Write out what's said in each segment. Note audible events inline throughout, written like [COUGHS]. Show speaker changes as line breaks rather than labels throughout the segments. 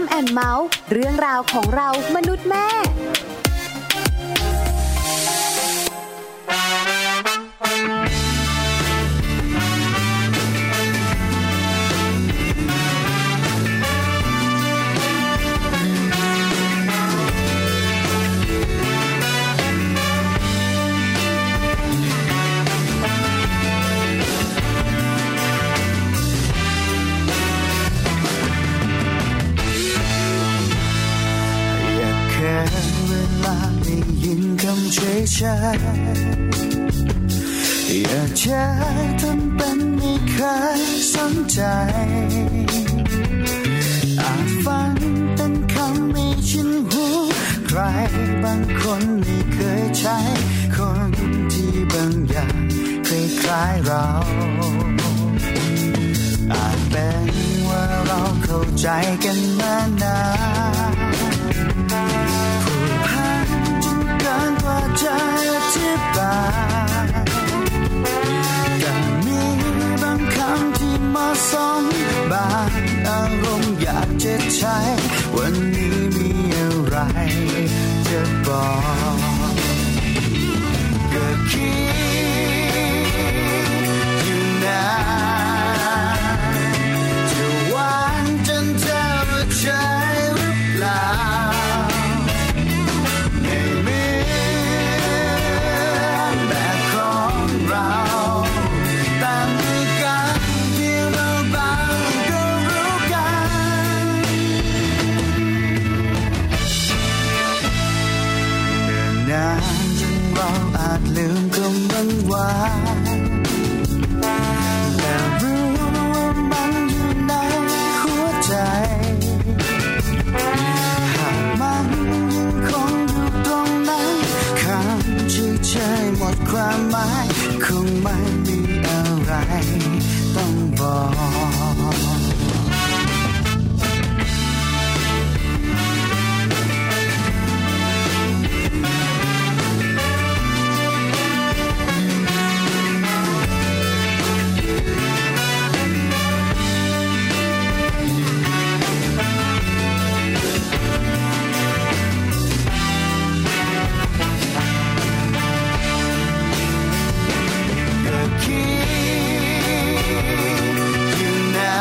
มแอนเมาส์เรื่องราวของเรามนุษย์แม่
อยากแค่เวลาได้ยินคำเฉยชอยากใช้ทำเป็นไม่เคยสนใจอาจฟังเป็นคำไม่ชินหู ใครบางคนไม่เคยใช้ คนที่บางอย่างคล้ายๆเรา อาจเป็นว่าเราเข้าใจกันมานาน ผูกพันจนเกินกว่าจะอธิบายแต่มีบางคำที่เหมาะสมบางอารมณ์อยากจะใช้ วันนี้มีอะไรจะบอกก็คิดอยู่นาน จะหวานจนเธอรู้ใจหรือเปล่า ไม่เหมือนแบบของเราแต่มีกันที่เราบางก็รู้กัน เนิ่นนานจนเราอาจลืมคำวันวาน แต่รู้ว่ามันอยู่ในหัวใจ หากมันยังคงอยู่ตรงนั้นคำที่เฉยๆหมดความหมาย คงไม่มีอะไรต้องบอก ก็คิดอยู่นา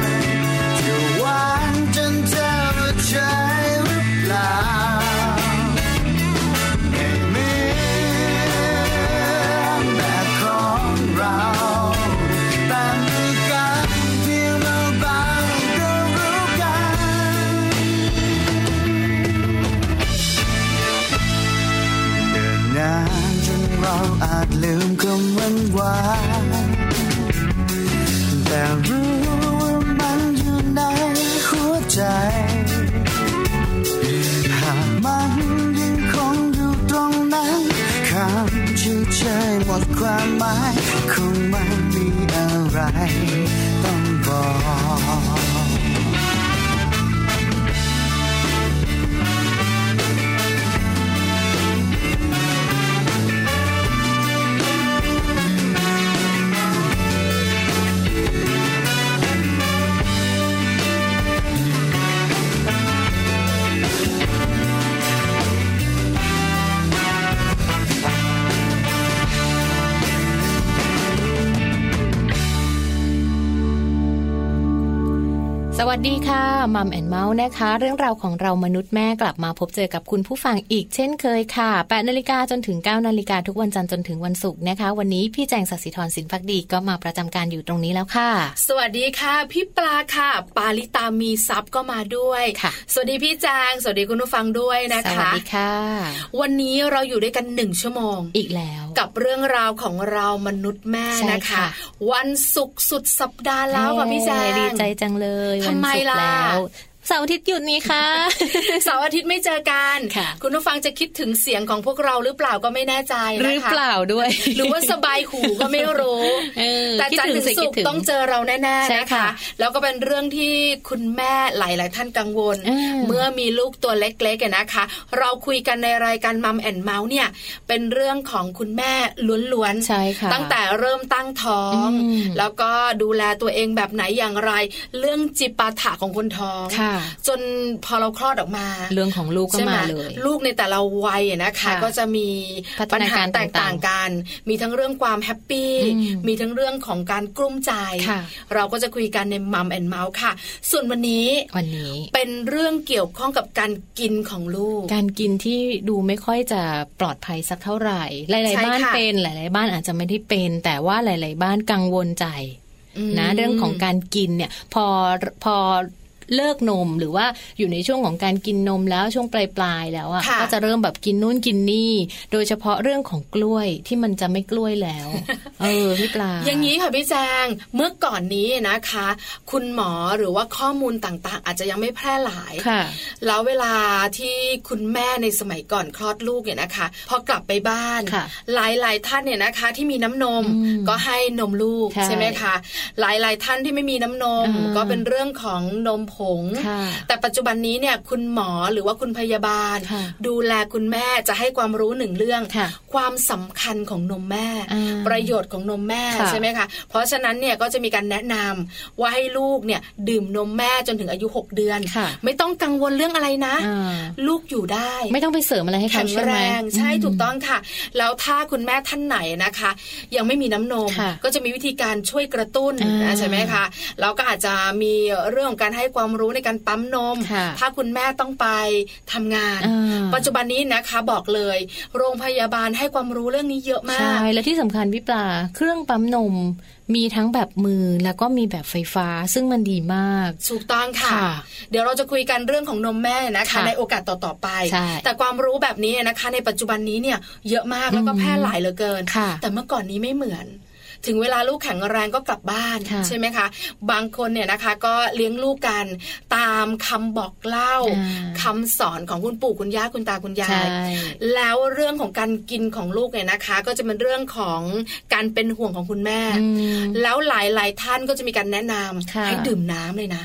นจะหวานจนเธอรู้ใจหรือเปล่าไม่เหมือนแบบของเราแต่มีกันที่เราบางก็รู้กัน เดินนานจนเราอาจลืมคำวันวานแต่รู้ว่ามันอยู่ในหัวใจ หากมันยังคงอยู่ตรงนั้นคำที่เฉยๆหมดความหมาย คงไม่มีอะไรต้องบอก
สวัสดีค่ะมัมแอนเมาส์นะคะ เรื่องราวของเรามนุษย์แม่กลับมาพบเจอกับคุณผู้ฟังอีกเช่นเคยค่ะ8นาฬิกาจนถึง 9 นาฬิกาทุกวันจันทร์จนถึงวันศุกร์นะคะ วันนี้พี่แจงศักดิ์สิทธิ์ธรสินพักดีก็มาประจำการอยู่ตรงนี้แล้วค่ะ
สวัสดีค่ะ พี่ปลาค่ะ ปาลิตามีซับก็มาด้วย
ค่ะ
สวัสดีพี่แจางสวัสดีคุณผู้ฟังด้วยนะ
สวัส
คะ
ดีค่ะ
วันนี้เราอยู่ด้วยกันหนึ่งชั่วโมง
อีกแล้ว
กับเรื่องราวของเรามนุษย์แม่
ใช่
นะคะ
ค่ะ
วันศุกร์สุดสัปดาห์แล้วค่ะพี่แจ
เอ้ย
ง
ดีใจจังเลย
ทำไม
วันศุกร์
ล่ะ
แล้ว เสาร์อาทิตย์หยุดนี้ค่ะ
เสาร์อาทิตย์ไม่เจอกัน
ค่ะ
ณผู้ฟังจะคิดถึงเสียงของพวกเราหรือเปล่าก็ไม่แน่ใจ
ห
นะคะ
รือเปล่าด้วย
[LAUGHS] หรือว่าสบายหูก็ไม่รู้
เออ
แต่
คิด
จันทร์ถึง
สิ
ศุ
คิด
กร์
ถึ
ต้องเจอเราแน่
ใช่
ๆนะ
ค่ะ
คะ แล้วก็เป็นเรื่องที่คุณแม่หลาย ๆ ท่านกังวล
อืม
เมื่อมีลูกตัวเล็กๆอะนะคะ เราคุยกันในรายการมัมแอนเมาส์เนี่ย เป็นเรื่องของคุณแม่ล้วน
ใช่ค่ะ
ตั้งแต่เริ่มตั้งท้อง
อืม
แล้วก็ดูแลตัวเองแบบไหนอย่างไร เรื่องจิปาถะของคนท้อง
ค่ะ
จนพอเราคลอดออกมา
เรื่องของลูกก็
ใช่ไห
มาเลย
ลูกในแต่ละวัยอะนะคะ
ค่ะ
ก็จะมี
พั
ปัญ
ฒนา
หา
การ
แตกต่างกัน มีทั้งเรื่องความแฮปปี้
อืม
มีทั้งเรื่องของการกลุ้มใจ
ค่ะ
เราก็จะคุยกันในมัมแอนเมาส์ค่ะ ส่วนวันนี้
วันนี้
เป็นเรื่องเกี่ยวข้องกับการกินของลูก
การกินที่ดูไม่ค่อยจะปลอดภัยสักเท่าไหร่ หลายๆ
ใช่
บ้าน
ค่ะ
เป็นหลาย ๆ บ้านอาจจะไม่ได้เป็น แต่ว่าหลาย ๆ บ้านกังวลใจนะเรื่องของการกินเนี่ยพอพอเลิกนมหรือว่าอยู่ในช่วงของการกินนมแล้วช่วงปลายปลายๆแล้วอ่ะ
ค่ะ
ก็จะเริ่มแบบกินนู่นกินนี่ โดยเฉพาะเรื่องของกล้วยที่มันจะไม่กล้วยแล้ว
[LAUGHS]
เออพี่ปลา
อย่างนี้ค่ะพี่แจงเมื่อก่อนนี้นะคะ คุณหมอหรือว่าข้อมูลต่างๆ อาจจะยังไม่แพร่หลาย
ค่ะ
แล้วเวลาที่คุณแม่ในสมัยก่อนคลอดลูกเนี่ยนะคะ พอกลับไปบ้าน
ค่ะ
หลายหลายๆท่านเนี่ยนะคะ ที่มีน้ำนม
อืม
ก็ให้นมลูก
ใช่
ใช่ไหมคะหลายหลายๆท่านที่ไม่มีน้ำนม
อ่า
ก็เป็นเรื่องของนมผง
ค่ะ
แต่ปัจจุบันนี้เนี่ยคุณหมอหรือว่าคุณพยาบาล
ค่ะ
ดูแลคุณแม่จะให้ความรู้หนึ่งเรื่อง
ค่ะ
ความสำคัญของนมแม่
อ่า
ประโยชน์ของนมแม่
ค่ะ
ใช่ไหมคะเพราะฉะนั้นเนี่ยก็จะมีการแนะนำว่าให้ลูกเนี่ยดื่มนมแม่จนถึงอายุ 6 เดือน
ค่ะ
ไม่ต้องกังวลเรื่องอะไรนะ
อ่า
ลูกอยู่ได้
ไม่ต้องไปเสริมอะไรให้
แข็
เขา
ง
ใช่ไห
แร
ม
งใช่ถูกต้องค่ะ แล้วถ้าคุณแม่ท่านไหนนะคะ ยังไม่มีน้ำนม
ค่ะ
ก็จะมีวิธีการช่วยกระตุ้น
อ่า
ใช่ไหมคะแล้วก็อาจจะมีเรื่องของการให้ความรู้ในการปั๊มนม
ค่ะ
ถ้าคุณแม่ต้องไปทำงาน
อ่า
ปัจจุบันนี้นะคะบอกเลย โรงพยาบาลให้ความรู้เรื่องนี้เยอะมา
ใช่
ก
และที่สำคัญพี่ปลาเครื่องปั๊มนม มีทั้งแบบมือแล้วก็มีแบบไฟฟ้าซึ่งมันดีมาก
ถูกต้องค่ะ
ค่ะ
เดี๋ยวเราจะคุยกันเรื่องของนมแม่นะคะ
ค่ะ
ในโอกาสต่อๆไป
ใช่
แต่ความรู้แบบนี้นะคะ ในปัจจุบันนี้เนี่ยเยอะมากแล้วก็
อืม
แพร่หลายเหลือเกิน
ค่ะ
แต่เมื่อก่อนนี้ไม่เหมือน ถึงเวลาลูกแข็งแรงก็กลับบ้าน
ค่ะ
ใช่ไหมคะ บางคนเนี่ยนะคะก็เลี้ยงลูกกันตามคำบอกเล่า
อ่า
คำสอนของคุณปู่คุณย่าคุณตาคุณยา
ใช่
ย แล้วเรื่องของการกินของลูกเนี่ยนะคะ ก็จะเป็นเรื่องของการเป็นห่วงของคุณแม่
อืม
แล้วหลาย ๆ ท่านก็จะมีการแนะนำ
ค่ะ
ให้ดื่มน้ำเลยนะ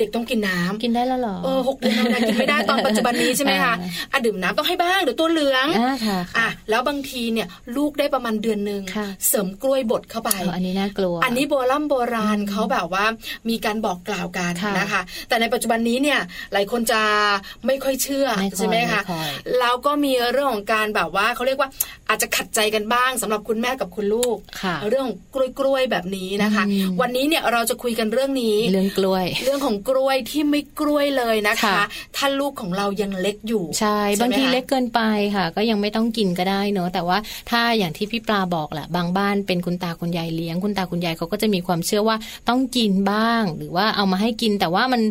เด็กต้องกินน้ำ
กินได้แล้วเหรอ
เออหกเดือนแล้วนะกินไม่ได้ตอนปัจจุบันนี้ใช่ไหมคะอ่ะดื่มน้ำต้องให้บ้างเดี๋ยวตัวเหลือง
อ่าค่ะ
อ่ะ
ค่ะ
แล้วบางทีเนี่ยลูกได้ประมาณเดือนหนึ่ง
ค่ะ
เสริมกล้วยบดเข้าไป
เอออันนี้น่ากลัว
อันนี้โบราณโบราณเขาแบบว่ามีการบอกกล่าวกัน
ค่ะ
นะคะ แต่ในปัจจุบันนี้เนี่ยหลายคนจะไม่ค่อยเชื่อ
ไม่ค่อย
ใช่ไหมคะ
ไม่ค่อย
แล้วก็มีเรื่องของการแบบว่าเขาเรียกว่าอาจจะขัดใจกันบ้างสำหรับคุณแม่กับคุณลูก
ค่ะ
เรื่องกล้วยกล้วยๆแบบนี้นะคะ
อืม
วันนี้เนี่ยเราจะคุยกันเรื่องนี้
เรื่องกล้วย
เรื่องของกล้วยที่ไม่กล้วยเลยนะคะ
ค่ะ
ถ้าลูกของเรายังเล็กอยู่
ใช่
ไหม
บางที
คะ
เล็กเกินไปค่ะ ก็ยังไม่ต้องกินก็ได้เนอะแต่ว่าถ้าอย่างที่พี่ปลาบอกแหละบางบ้านเป็นคุณตาคุณยายเลี้ยงคุณตาคุณยายเขาก็จะมีความเชื่อว่าต้องกินบ้าง หรือว่าเอามาให้กิน แต่ว่ามัน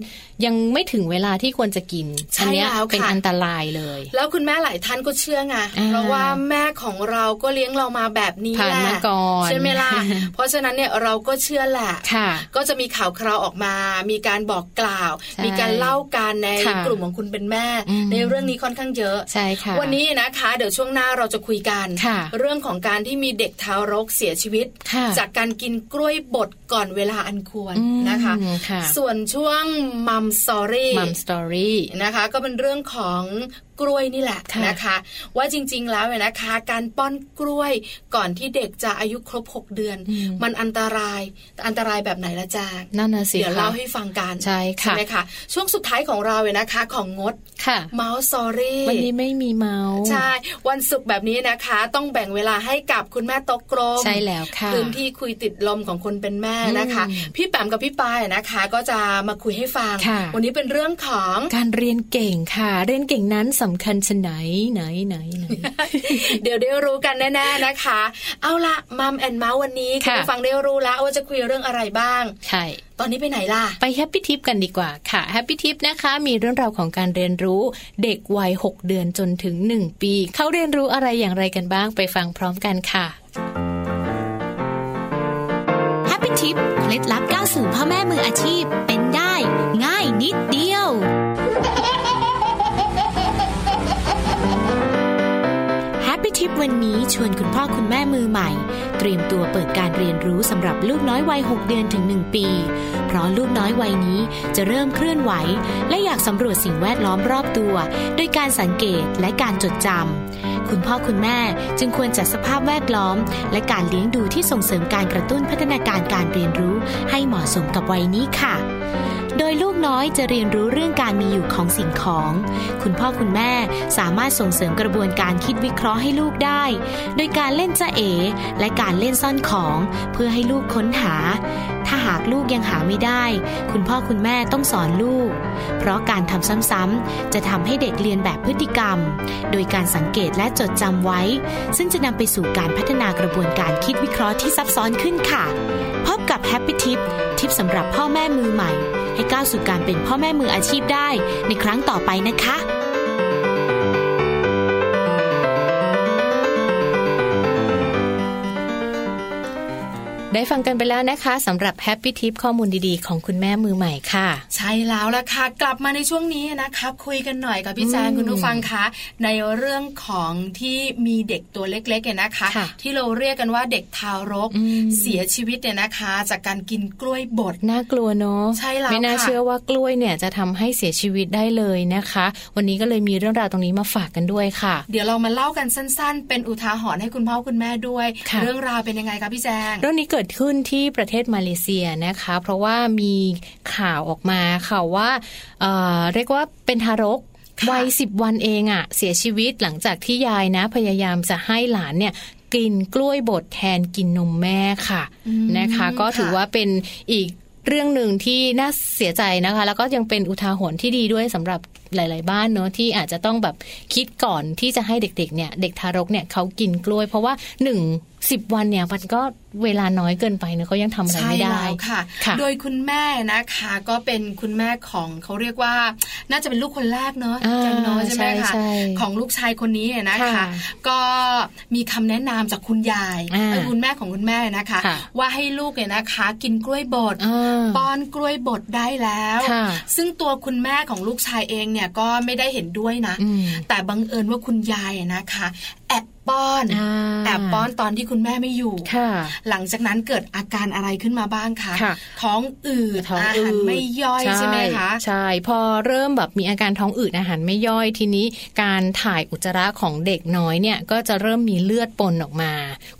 ยังไม่ถึงเวลาที่ควรจะกิน
ใช่
อัเนี้ย
แล้ว
เป็น
ค่ะ
อันตรายเลย
แล้วคุณแม่หลายท่านก็เชื่อไง
อ่า
เพราะว่าแม่ของเราก็เลี้ยงเรามาแบบนี้
ผ่าน
แหละ
มาก่อน
ใช่ไหม
[LAUGHS]
ล่ะ
ค่ะ
เพราะฉะนั้นเนี่ยเราก็เชื่อแหละ
ค่ะ
ก็จะมีข่าวคราวออกมา มีการบอกกล่าว
ใช่
มีการเล่าการใน
ค่ะ
กลุ่มของคุณเป็นแม่
อืม
ในเรื่องนี้ค่อนข้างเยอะ
ใช่ค่ะ
วันนี้นะคะ เดี๋ยวช่วงหน้าเราจะคุยกัน
ค่ะ
เรื่องของการที่มีเด็กทารกเสียชีวิต
ค่ะ
จากการกินกล้วยบดก่อนเวลาอันควร
อืม
นะคะ
ค่ะ
ส่วนช่วงมัมสอรี่
มัมสตอรี่
นะคะ ก็เป็นเรื่องของกล้วยนี่แหละ
ค่ะ
นะคะ ว่าจริงๆแล้วเนี่ยนะคะ การป้อนกล้วยก่อนที่เด็กจะอายุครบ 6 เดือน
อืม
มันอันตรายแต่อันตรายแบบไหนละจาง
นั่นน่ะสิ
เดี๋ยว
ค่ะ
เล่าให้ฟังกัน
ใช่ค่ะ
ไหมคะช่วงสุดท้ายของเราเนี่ยนะคะ ของงด
ค่ะ
เมาส์สอรี่
วันนี้ไม่มีเมาส์
ใช่ วันศุกร์แบบนี้นะคะ ต้องแบ่งเวลาให้กับคุณแม่โตะกลม
ใช่แล้วค่ะ
พื้นที่คุยติดลมของคนเป็นแม่นะคะ
อืม
พี่แปมกับพี่ปายนะคะ ก็จะมาคุยให้ฟัง
ค่ะ
วันนี้เป็นเรื่องของ
[LAUGHS] การเรียนเก่งค่ะ เรียนเก่งนั้นสำคัญชะไหนไหนไหน
[LAUGHS]
ไหน
เดี๋ยวได้รู้กันแน่ๆนะคะ เอาละมัมแอนเมาส์วันนี้
ค่ะ
ณผู้ฟังได้รู้แล้วว่าจะคุยเรื่องอะไรบ้าง
ใช่
ตอนนี้ไปไหนล่ะ
ไปแฮปปี้ทิปกันดีกว่าค่ะแฮปปี้ทิปนะคะ มีเรื่องราวของการเรียนรู้เด็กวัย 6 เดือนจนถึง 1 ปี เขาเรียนรู้อะไรอย่างไรกันบ้างไปฟังพร้อมกันค่ะ
แฮปปี้ทิปเคล็ดลับก้าวสู่พ่อแม่มืออาชีพเป็นได้ ง่ายนิดเดียว ชวนคุณพ่อคุณแม่มือใหม่ เตรียมตัวเปิดการเรียนรู้สำหรับลูกน้อยวัย 6 เดือนถึง 1 ปี เพราะลูกน้อยวัยนี้จะเริ่มเคลื่อนไหว และอยากสำรวจสิ่งแวดล้อมรอบตัว โดยการสังเกตและการจดจำคุณพ่อคุณแม่จึงควรจัดสภาพแวดล้อม และการเลี้ยงดูที่ส่งเสริมการกระตุ้นพัฒนาการการเรียนรู้ให้เหมาะสมกับวัยนี้ค่ะ โดยลูกน้อยจะเรียนรู้เรื่องการมีอยู่ของสิ่งของ คุณพ่อคุณแม่สามารถส่งเสริมกระบวนการคิดวิเคราะห์ให้ลูกได้ โดยการเล่นจะเอ และการเล่นซ่อนของ เพื่อให้ลูกค้นหา ถ้าหากลูกยังหาไม่ได้ คุณพ่อคุณแม่ต้องสอนลูก เพราะการทำซ้ำๆจะทำให้เด็กเรียนแบบพฤติกรรม โดยการสังเกตและจดจำไว้ ซึ่งจะนำไปสู่การพัฒนากระบวนการคิดวิเคราะห์ที่ซับซ้อนขึ้นค่ะ พบกับ Happy Tip ทิปสำหรับพ่อแม่มือใหม่ ให้ก้าวสู่การเป็นพ่อแม่มืออาชีพได้ในครั้งต่อไปนะคะ
ได้ฟังกันไปแล้วนะคะสำหรับแฮปปี้ทิปข้อมูลดีๆ ของคุณแม่มือใหม่ค่ะ
ใช่แล้วล่ะค่ะ กลับมาในช่วงนี้นะครับ คุยกันหน่อยกับพี่แจงคุณผู้ฟังคะในเรื่องของที่มีเด็กตัวเล็กๆเนี่ยนะคะ
ค่ะ
ที่เราเรียกกันว่าเด็กทารก
อืม
เสียชีวิตเนี่ยนะคะ จากการกินกล้วยบด
น่ากลัวเนาะ
ใช่แล้ว
ไม่น่า
ค่ะ
เชื่อว่ากล้วยเนี่ยจะทำให้เสียชีวิตได้เลยนะคะ วันนี้ก็เลยมีเรื่องราวตรงนี้มาฝากกันด้วยค่ะ
เดี๋ยวเรามาเล่ากันสั้นๆ เป็นอุทาหรณ์ให้คุณพ่อคุณแม่ด้วย
ค่ะ
เรื่องราวเป็นยังไงคะพี่แจง
เรื่องนี้เกิดขึ้นที่ประเทศมาเลเซียนะคะ เพราะว่ามีข่าวออกมาค่ะว่าเอ่อเรียกว่าเป็นทารก
ค่ะ
วัยสิบวันเองอะเสียชีวิตหลังจากที่ยายนะ พยายามจะให้หลานเนี่ยกินกล้วยบดแทนกินนมแม่ค่ะ
อืม
นะคะ ก็
ค่ะ
ถือว่าเป็นอีกเรื่องหนึ่งที่น่าเสียใจนะคะ แล้วก็ยังเป็นอุทาหรณ์ที่ดีด้วยสำหรับหลาย ๆ บ้านเนอะที่อาจจะต้องแบบคิดก่อนที่จะให้เด็ก ๆ เนี่ยเด็กทารกเนี่ยเขากินกล้วย เพราะว่าหนึ่งสิบวันเนี่ยมันก็เวลาน้อยเกินไปเนอะเขายังทำอะไร
ใช่
ไม่ได้
แล้วค่ะ
ค่ะ
โดยคุณแม่นะคะก็เป็นคุณแม่ของเขาเรียกว่า น่าจะเป็นลูกคนแรกเนอะ
อ่า
จังเนอะใช่ไหมคะ
ใช่ใช่
ของลูกชายคนนี้เนี่ยนะคะ
ค่ะ
ก็มีคำแนะนำจากคุณยาย
อ่า
เออคุณแม่ของคุณแม่นะคะ
ค่ะ
ว่าให้ลูกเนี่ยนะคะ กินกล้วยบด
อ่า
ป้อนกล้วยบดได้แล้ว
ค่ะ
ซึ่งตัวคุณแม่ของลูกชายเองเนี่ยก็ไม่ได้เห็นด้วยนะ
อืม
แต่บังเอิญว่าคุณยายอะนะคะ แอบป้อน
า
แอบป้อนตอนที่คุณแม่ไม่อยู่
ค่ะ
หลังจากนั้นเกิดอาการอะไรขึ้นมาบ้างคะ
ค่ะ
ท้องอืด
ท้อง
อา
อื
หาร
ด
ไม่ย่อยใช่ไหมคะ
ใช่พอเริ่มแบบมีอาการท้องอืดอาหารไม่ย่อยทีนี้ การถ่ายอุจจาระของเด็กน้อยเนี่ยก็จะเริ่มมีเลือดปนออกมา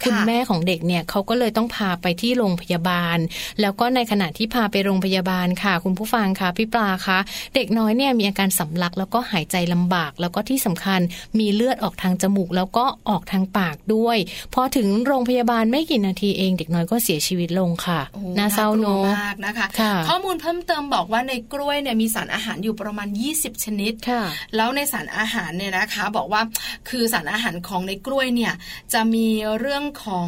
คุณแม่ของเด็กเนี่ยเขาก็เลยต้องพาไปที่โรงพยาบาล แล้วก็ในขณะที่พาไปโรงพยาบาลค่ะ คุณผู้ฟังคะพี่ปลาคะเด็กน้อยเนี่ยมีอาการสำลักแล้วก็หายใจลำบาก แล้วก็ที่สำคัญมีเลือดออกทางจมูก แล้วก็ออกทางปากด้วยพอถึงโรงพยาบาลไม่กี่นาทีเอง เด็กน้อยก็เสียชีวิตลงค่ะ
โอ้
น่าเศร้า
ลัว
เนาะ
มากนะคะ
ค่ะ
ข้อมูลเพิ่มเติมบอกว่าในกล้วยเนี่ยมีสารอาหารอยู่ประมาณ 20 ชนิด
ค่ะ
แล้วในสารอาหารเนี่ยนะคะ บอกว่าคือสารอาหารของในกล้วยเนี่ยจะมีเรื่องของ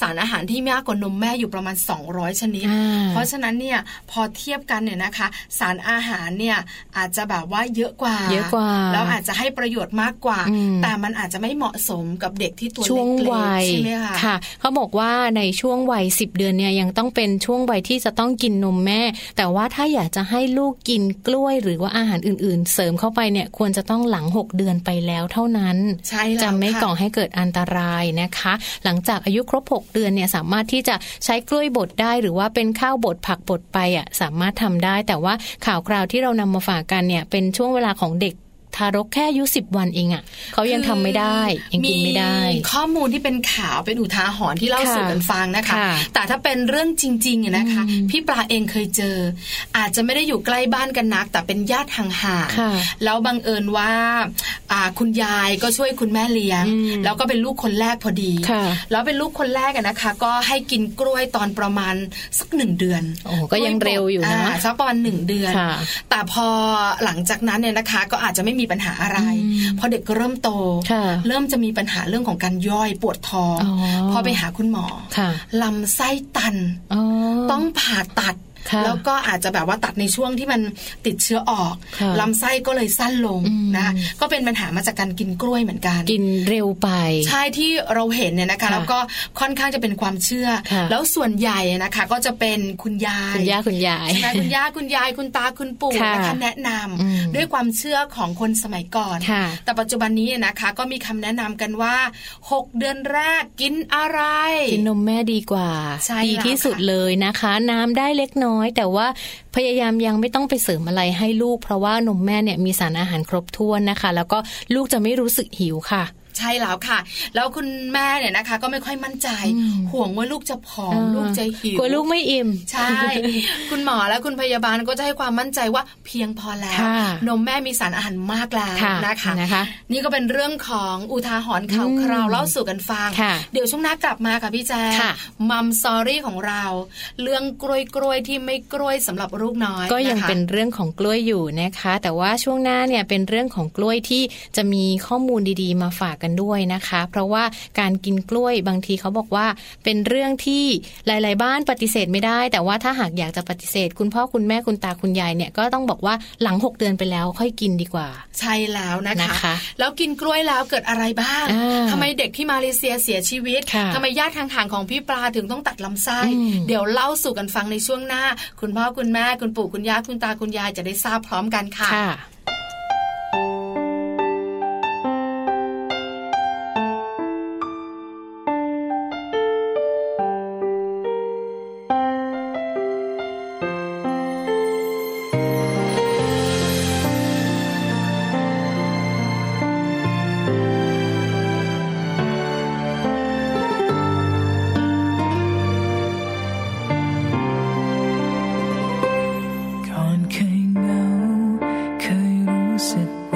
สารอาหารที่มากกว่านมแม่อยู่ประมาณ 200 ชนิด
อ่า
เพราะฉะนั้นเนี่ยพอเทียบกันเนี่ยนะคะ สารอาหารเนี่ยอาจจะแบบว่าเยอะกว่า
เยอะกว่า
แล้วอาจจะให้ประโยชน์มากกว่า
อืม
แต่มันอาจจะไม่เหมาะสมกับเด็กที่ตัว
ช่ว
เล็
ง
ก
วัย
ๆใช่ไหมคะ
เขาบอกว่าในช่วงวัย 10 เดือนเนี่ยยังต้องเป็นช่วงวัยที่จะต้องกินนมแม่ แต่ว่าถ้าอยากจะให้ลูกกินกล้วยหรือว่าอาหารอื่นๆ เสริมเข้าไปเนี่ยควรจะต้องหลัง 6 เดือนไปแล้วเท่านั้น
ใช่แล้ว
จะไม่
ค่ะ
ก่อให้เกิดอันตรายนะคะ หลังจากอายุครบ 6 เดือนเนี่ยสามารถที่จะใช้กล้วยบดได้ หรือว่าเป็นข้าวบดผักบดไปอ่ะสามารถทำได้ แต่ว่าข่าวคราวที่เรานำมาฝากกันเนี่ยเป็นช่วงเวลาของเด็กทารกแค่อายุ10 วันเองอ่ะเขายังทำไม่ได้ยังกินไม่ได้
ข้อมูลที่เป็นข่าวเป็นอุทาหรณ์ที่เล่า
ค่ะ
สู่กันฟังนะคะ
ค่ะ
แต่ถ้าเป็นเรื่องจริงๆอะนะคะ พี่ปลาเองเคยเจอ อาจจะไม่ได้อยู่ใกล้บ้านกันนัก แต่เป็นญาติห่าง
ค่ะ
ๆแล้วบังเอิญว่าอ่าคุณยายก็ช่วยคุณแม่เลี้ยง
อืม
แล้วก็เป็นลูกคนแรกพอดี
ค่ะ
แล้วเป็นลูกคนแรกอะนะคะ ก็ให้กินกล้วยตอนประมาณสักหนึ่งเดือน
โอ้โหก็ยังเร็วอยู่นะ
าสักประมาณหนึ่งเดือน
ค่ะ
แต่พอหลังจากนั้นเนี่ยนะคะ ก็อาจจะไม่มีปัญหาอะไร พอเด็กเริ่มโต
ค่ะ
เริ่มจะมีปัญหาเรื่องของการย่อยปวดท้อง
อ๋อ
พอไปหาคุณหมอ
ค่ะ
ลำไส้ตัน
อ๋อ
ต้องผ่าตัด
ค่ะ
แล้วก็อาจจะแบบว่าตัดในช่วงที่มันติดเชื้อออก
ค่ะ
ลำไส้ก็เลยสั้นลง
อืม
นะคะก็เป็นปัญหามาจากการกินกล้วยเหมือนกัน
กินเร็วไป
ใช่ที่เราเห็นเนี่ยนะคะ
ค่ะ
แล้วก็ค่อนข้างจะเป็นความเชื่อ
ค่ะ
แล้วส่วนใหญ่นะคะ ก็จะเป็นคุณยาย
คุณย่าคุณยาย
ใช่ไหมคุณย่าคุณยายคุณตาคุณปู่
ค่ะ
นะคะแนะนำ
อืม
ด้วยความเชื่อของคนสมัยก่อน
ค่ะ
แต่ปัจจุบันนี้เนี่ยนะคะ ก็มีคำแนะนำกันว่า 6 เดือนแรกกินอะไร
กินนมแม่ดีกว่า
ใช่
ดี
แล้ว
ที่สุด
ค่ะ
เลยนะคะ น้ำได้เล็กน้อย แต่ว่าพยายามยังไม่ต้องไปเสริมอะไรให้ลูก เพราะว่านมแม่เนี่ยมีสารอาหารครบถ้วนนะคะ แล้วก็ลูกจะไม่รู้สึกหิวค่ะ
ใช่แล้วค่ะ แล้วคุณแม่เนี่ยนะคะ ก็ไม่ค่อยมั่นใจ
อืม
ห่วงว่าลูกจะผอมลูกจะหิว
กลัวลูกไม่อิ่ม
ใช่ คุณหมอและคุณพยาบาลก็จะให้ความมั่นใจว่าเพียงพอแล้ว
ค่ะ
นมแม่มีสารอาหารมากแล้ว
ค่ะ
นะคะ
นะคะ
นี่ก็เป็นเรื่องของอุทาหรณ์ข่าว
อืม
คราวเล่าสู่กันฟัง
ค่ะ
เดี๋ยวช่วงหน้ากลับมาค่ะพี่แจ๊
ค่ะ
มัมซอรี่ของเรา เรื่องกล้วยกล้วยๆที่ไม่กล้วยสำหรับลูกน้อย
ก็ยัง
ะคะ
เป็นเรื่องของกล้วยอยู่นะคะ แต่ว่าช่วงหน้าเนี่ยเป็นเรื่องของกล้วยที่จะมีข้อมูลดีๆ มาฝากกันด้วยนะคะ เพราะว่าการกินกล้วยบางทีเขาบอกว่าเป็นเรื่องที่หลาย ๆ บ้านปฏิเสธไม่ได้ แต่ว่าถ้าหากอยากจะปฏิเสธ คุณพ่อคุณแม่คุณตาคุณยายเนี่ยก็ต้องบอกว่าหลัง 6 เดือนไปแล้วค่อยกินดีกว่า
ใช่แล้วนะคะ
นะคะ
แล้วกินกล้วยแล้วเกิดอะไรบ้าง
อ่า
ทำไมเด็กที่มาเลเซียเสียชีวิต
ค่ะ
ทำไมญาติทางห่างของพี่ปลาถึงต้องตัดลำไส้
อืม
เดี๋ยวเล่าสู่กันฟังในช่วงหน้า คุณพ่อคุณแม่คุณปู่คุณย่าคุณตาคุณยายจะได้ทราบพร้อมกันค่ะ
ค่ะ
ก่อนเคยเหงาเคย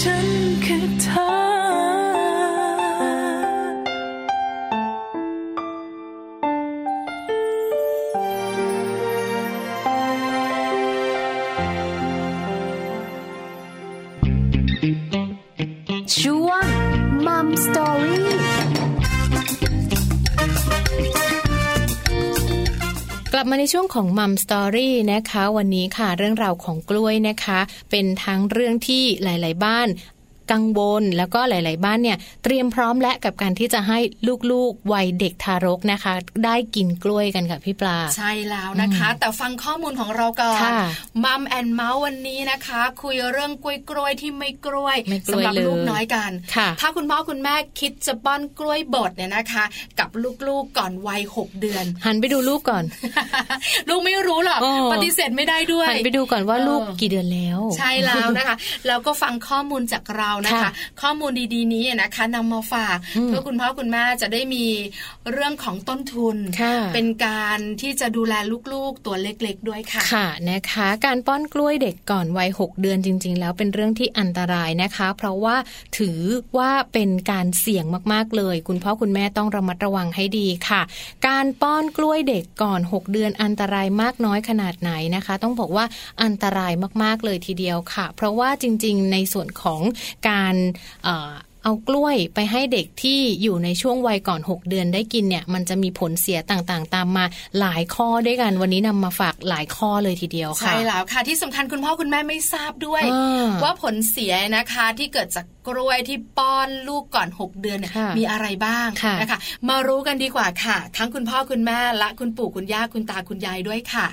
ฉันคือเธอ
ช่วงมัมสตอรี่
กลับมาในช่วงของมัมสตอรี่นะคะ วันนี้ค่ะเรื่องราวของกล้วยนะคะ เป็นทั้งเรื่องที่หลาย ๆ บ้าน กังวลแล้วก็หลาย ๆ บ้านเนี่ยเตรียมพร้อมและกับการที่จะให้ลูก ๆ วัยเด็กทารกนะคะ ได้กินกล้วยกันค่ะพี่ปลา
ใช่แล้วนะคะ แต่ฟังข้อมูลของเราก่อน
ค่ะ
มัมแอนเมาส์วันนี้นะคะ คุยเรื่องกล้วยกล้วยๆที่ไม่กล้วย
ไม่กล้วย
สำหรั
เลย
ลูกน้อยกัน
ค่ะ
ถ้าคุณพ่อคุณแม่คิดจะป้อนกล้วยบดเนี่ยนะคะ กับลูกๆก่อนวัยหกเดือน
[LAUGHS] หันไปดูลูกก่อน
ลูกไม่รู้หรอก
เออ
ปฏิเสธไม่ได้ด้วย
หันไปดูก่อนว่า
เออ
ลูกกี่เดือนแล้ว
ใช่แล้วนะคะ แล้วก็ฟังข้อมูลจากเรานะคะ
ค่ะ
ข้อมูลดีๆนี้นะคะนำมาฝาก
อืม
เพื่อคุณพ่อคุณแม่จะได้มีเรื่องของต้นทุน
ค่ะ
เป็นการที่จะดูแลลูกๆตัวเล็กๆด้วยค่ะ
ค่ะนะคะ การป้อนกล้วยเด็กก่อนวัย 6 เดือนจริง ๆ แล้วเป็นเรื่องที่อันตรายนะคะ เพราะว่าถือว่าเป็นการเสี่ยงมากๆเลย คุณพ่อคุณแม่ต้องระมัดระวังให้ดีค่ะ การป้อนกล้วยเด็กก่อน 6 เดือนอันตรายมากน้อยขนาดไหนนะคะ ต้องบอกว่าอันตรายมากๆเลยทีเดียวค่ะ เพราะว่าจริง ๆ ในส่วนของการเอ่อ เอากล้วยไปให้เด็กที่อยู่ในช่วงวัยก่อน 6 เดือนได้กินเนี่ย มันจะมีผลเสียต่างๆ ตามมาหลายข้อด้วยกัน วันนี้นำมาฝากหลายข้อเลยทีเดียวค่ะ
ใช่แล้วค่ะที่สำคัญคุณพ่อคุณแม่ไม่ทราบด้วย
อ่า
ว่าผลเสียนะคะที่เกิดจากกล้วยที่ป้อนลูกก่อน 6 เดือนเนี่ย
ค่ะ
มีอะไรบ้าง
ค่ะ
นะคะ มารู้กันดีกว่าค่ะ ทั้งคุณพ่อคุณแม่และคุณปู่คุณย่าคุณตาคุณยายด้วยค่ะ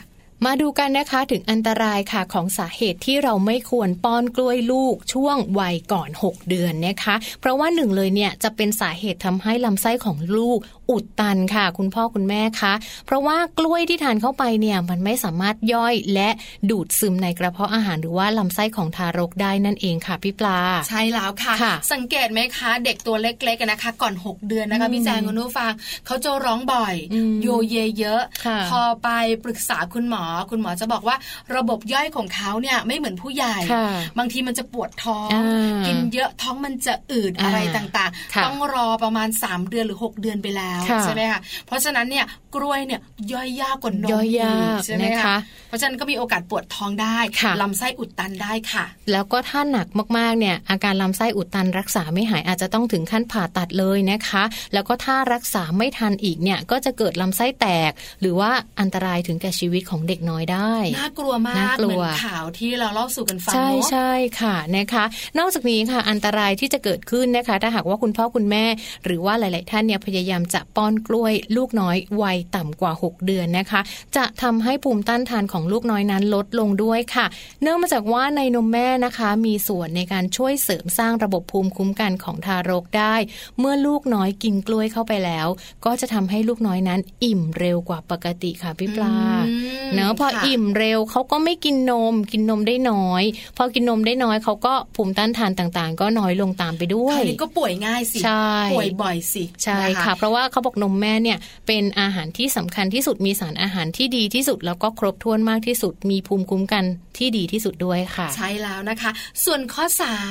มาดูกันนะคะถึงอันตรายค่ะของสาเหตุที่เราไม่ควรป้อนกล้วยลูกช่วงวัยก่อน 6 เดือนนะคะ เพราะว่าหนึ่งเลยเนี่ยจะเป็นสาเหตุทำให้ลำไส้ของลูกอุดตันค่ะ คุณพ่อคุณแม่คะ เพราะว่ากล้วยที่ทานเข้าไปเนี่ยมันไม่สามารถย่อยและดูดซึมในกระเพาะอาหารหรือว่าลำไส้ของทารกได้นั่นเองค่ะพี่ปลา
ใช่แล้วค่ะ
ค่ะ
สังเกตไหมคะ เด็กตัวเล็กๆอะนะคะ ก่อน 6 เดือนนะคะ พี่แจงคุณผู้ฟังเขาจะร้องบ่อย
อืม
โยเยเยอะ
ค่ะ
พอไปปรึกษาคุณหมอ คุณหมอจะบอกว่าระบบย่อยของเขาเนี่ยไม่เหมือนผู้ใหญ่
ค่ะ
บางทีมันจะปวดท้อง
อ่ากิ
กินเยอะท้องมันจะอืด
อ่า
อะไรต่าง
ค่ะ
ๆ ต้องรอประมาณ 3 เดือนหรือ 6 เดือนไปแล้ว
ค่ะ
ใช่ไหมคะเพราะฉะนั้นเนี่ยกล้วยเนี่ยย่อยยากกว่านม
ย่อยยาก
อีใช่ไหม
นะคะ
คะเพราะฉะนั้นก็มีโอกาสปวดท้องได้
ค่ะ
ลำไส้อุดตันได้ค่ะ
แล้วก็ถ้าหนักมากๆ เนี่ย อาการลำไส้อุดตันรักษาไม่หายอาจจะต้องถึงขั้นผ่าตัดเลยนะคะ แล้วก็ถ้ารักษาไม่ทันอีกเนี่ย ก็จะเกิดลำไส้แตก หรือว่าอันตรายถึงแก่ชีวิตของเด็กน้อยได้
น่ากลัวมา
น่าก กลัว
เหมือนข่าวที่เราเล่าสู่กันฟัง
ใช่
เนาะ
ใช่ค่ะนะคะ นอกจากนี้ค่ะอันตรายที่จะเกิดขึ้นนะคะ ถ้าหากว่าคุณพ่อคุณแม่ หรือว่าหลาย ๆ ท่านเนี่ยพยายามจะป้อนกล้วย ลูกน้อยวัยต่ำกว่า 6 เดือนนะคะ จะทำให้ภูมิต้านทานของลูกน้อยนั้นลดลงด้วยค่ะ เนื่องมาจากว่าในนมแม่นะคะ มีส่วนในการช่วยเสริมสร้างระบบภูมิคุ้มกันของทารกได้ เมื่อลูกน้อยกินกล้วยเข้าไปแล้ว ก็จะทำให้ลูกน้อยนั้นอิ่มเร็วกว่าปกติค่ะพี่ปลา
อืม
เนอะพอ
ค่ะ
อิ่มเร็วเขาก็ไม่กินนม กินนมได้น้อย พอกินนมได้น้อยเขาก็ภูมิต้านทานต่างๆ ก็น้อยลงตามไปด้ว
ใค
ย
รก็ป่วยง่ายสิ
ใช่
ป่วยบ่อยสิ
ใช่
น
ค่ะ เพราะว่าเขาบอกนมแม่เนี่ยเป็นอาหารที่สำคัญที่สุดมีสารอาหารที่ดีที่สุด แล้วก็ครบถ้วนมากที่สุด มีภูมิคุ้มกันที่ดีที่สุดด้วยค่ะ
ใช่แล้วนะคะ ส่วนข้อ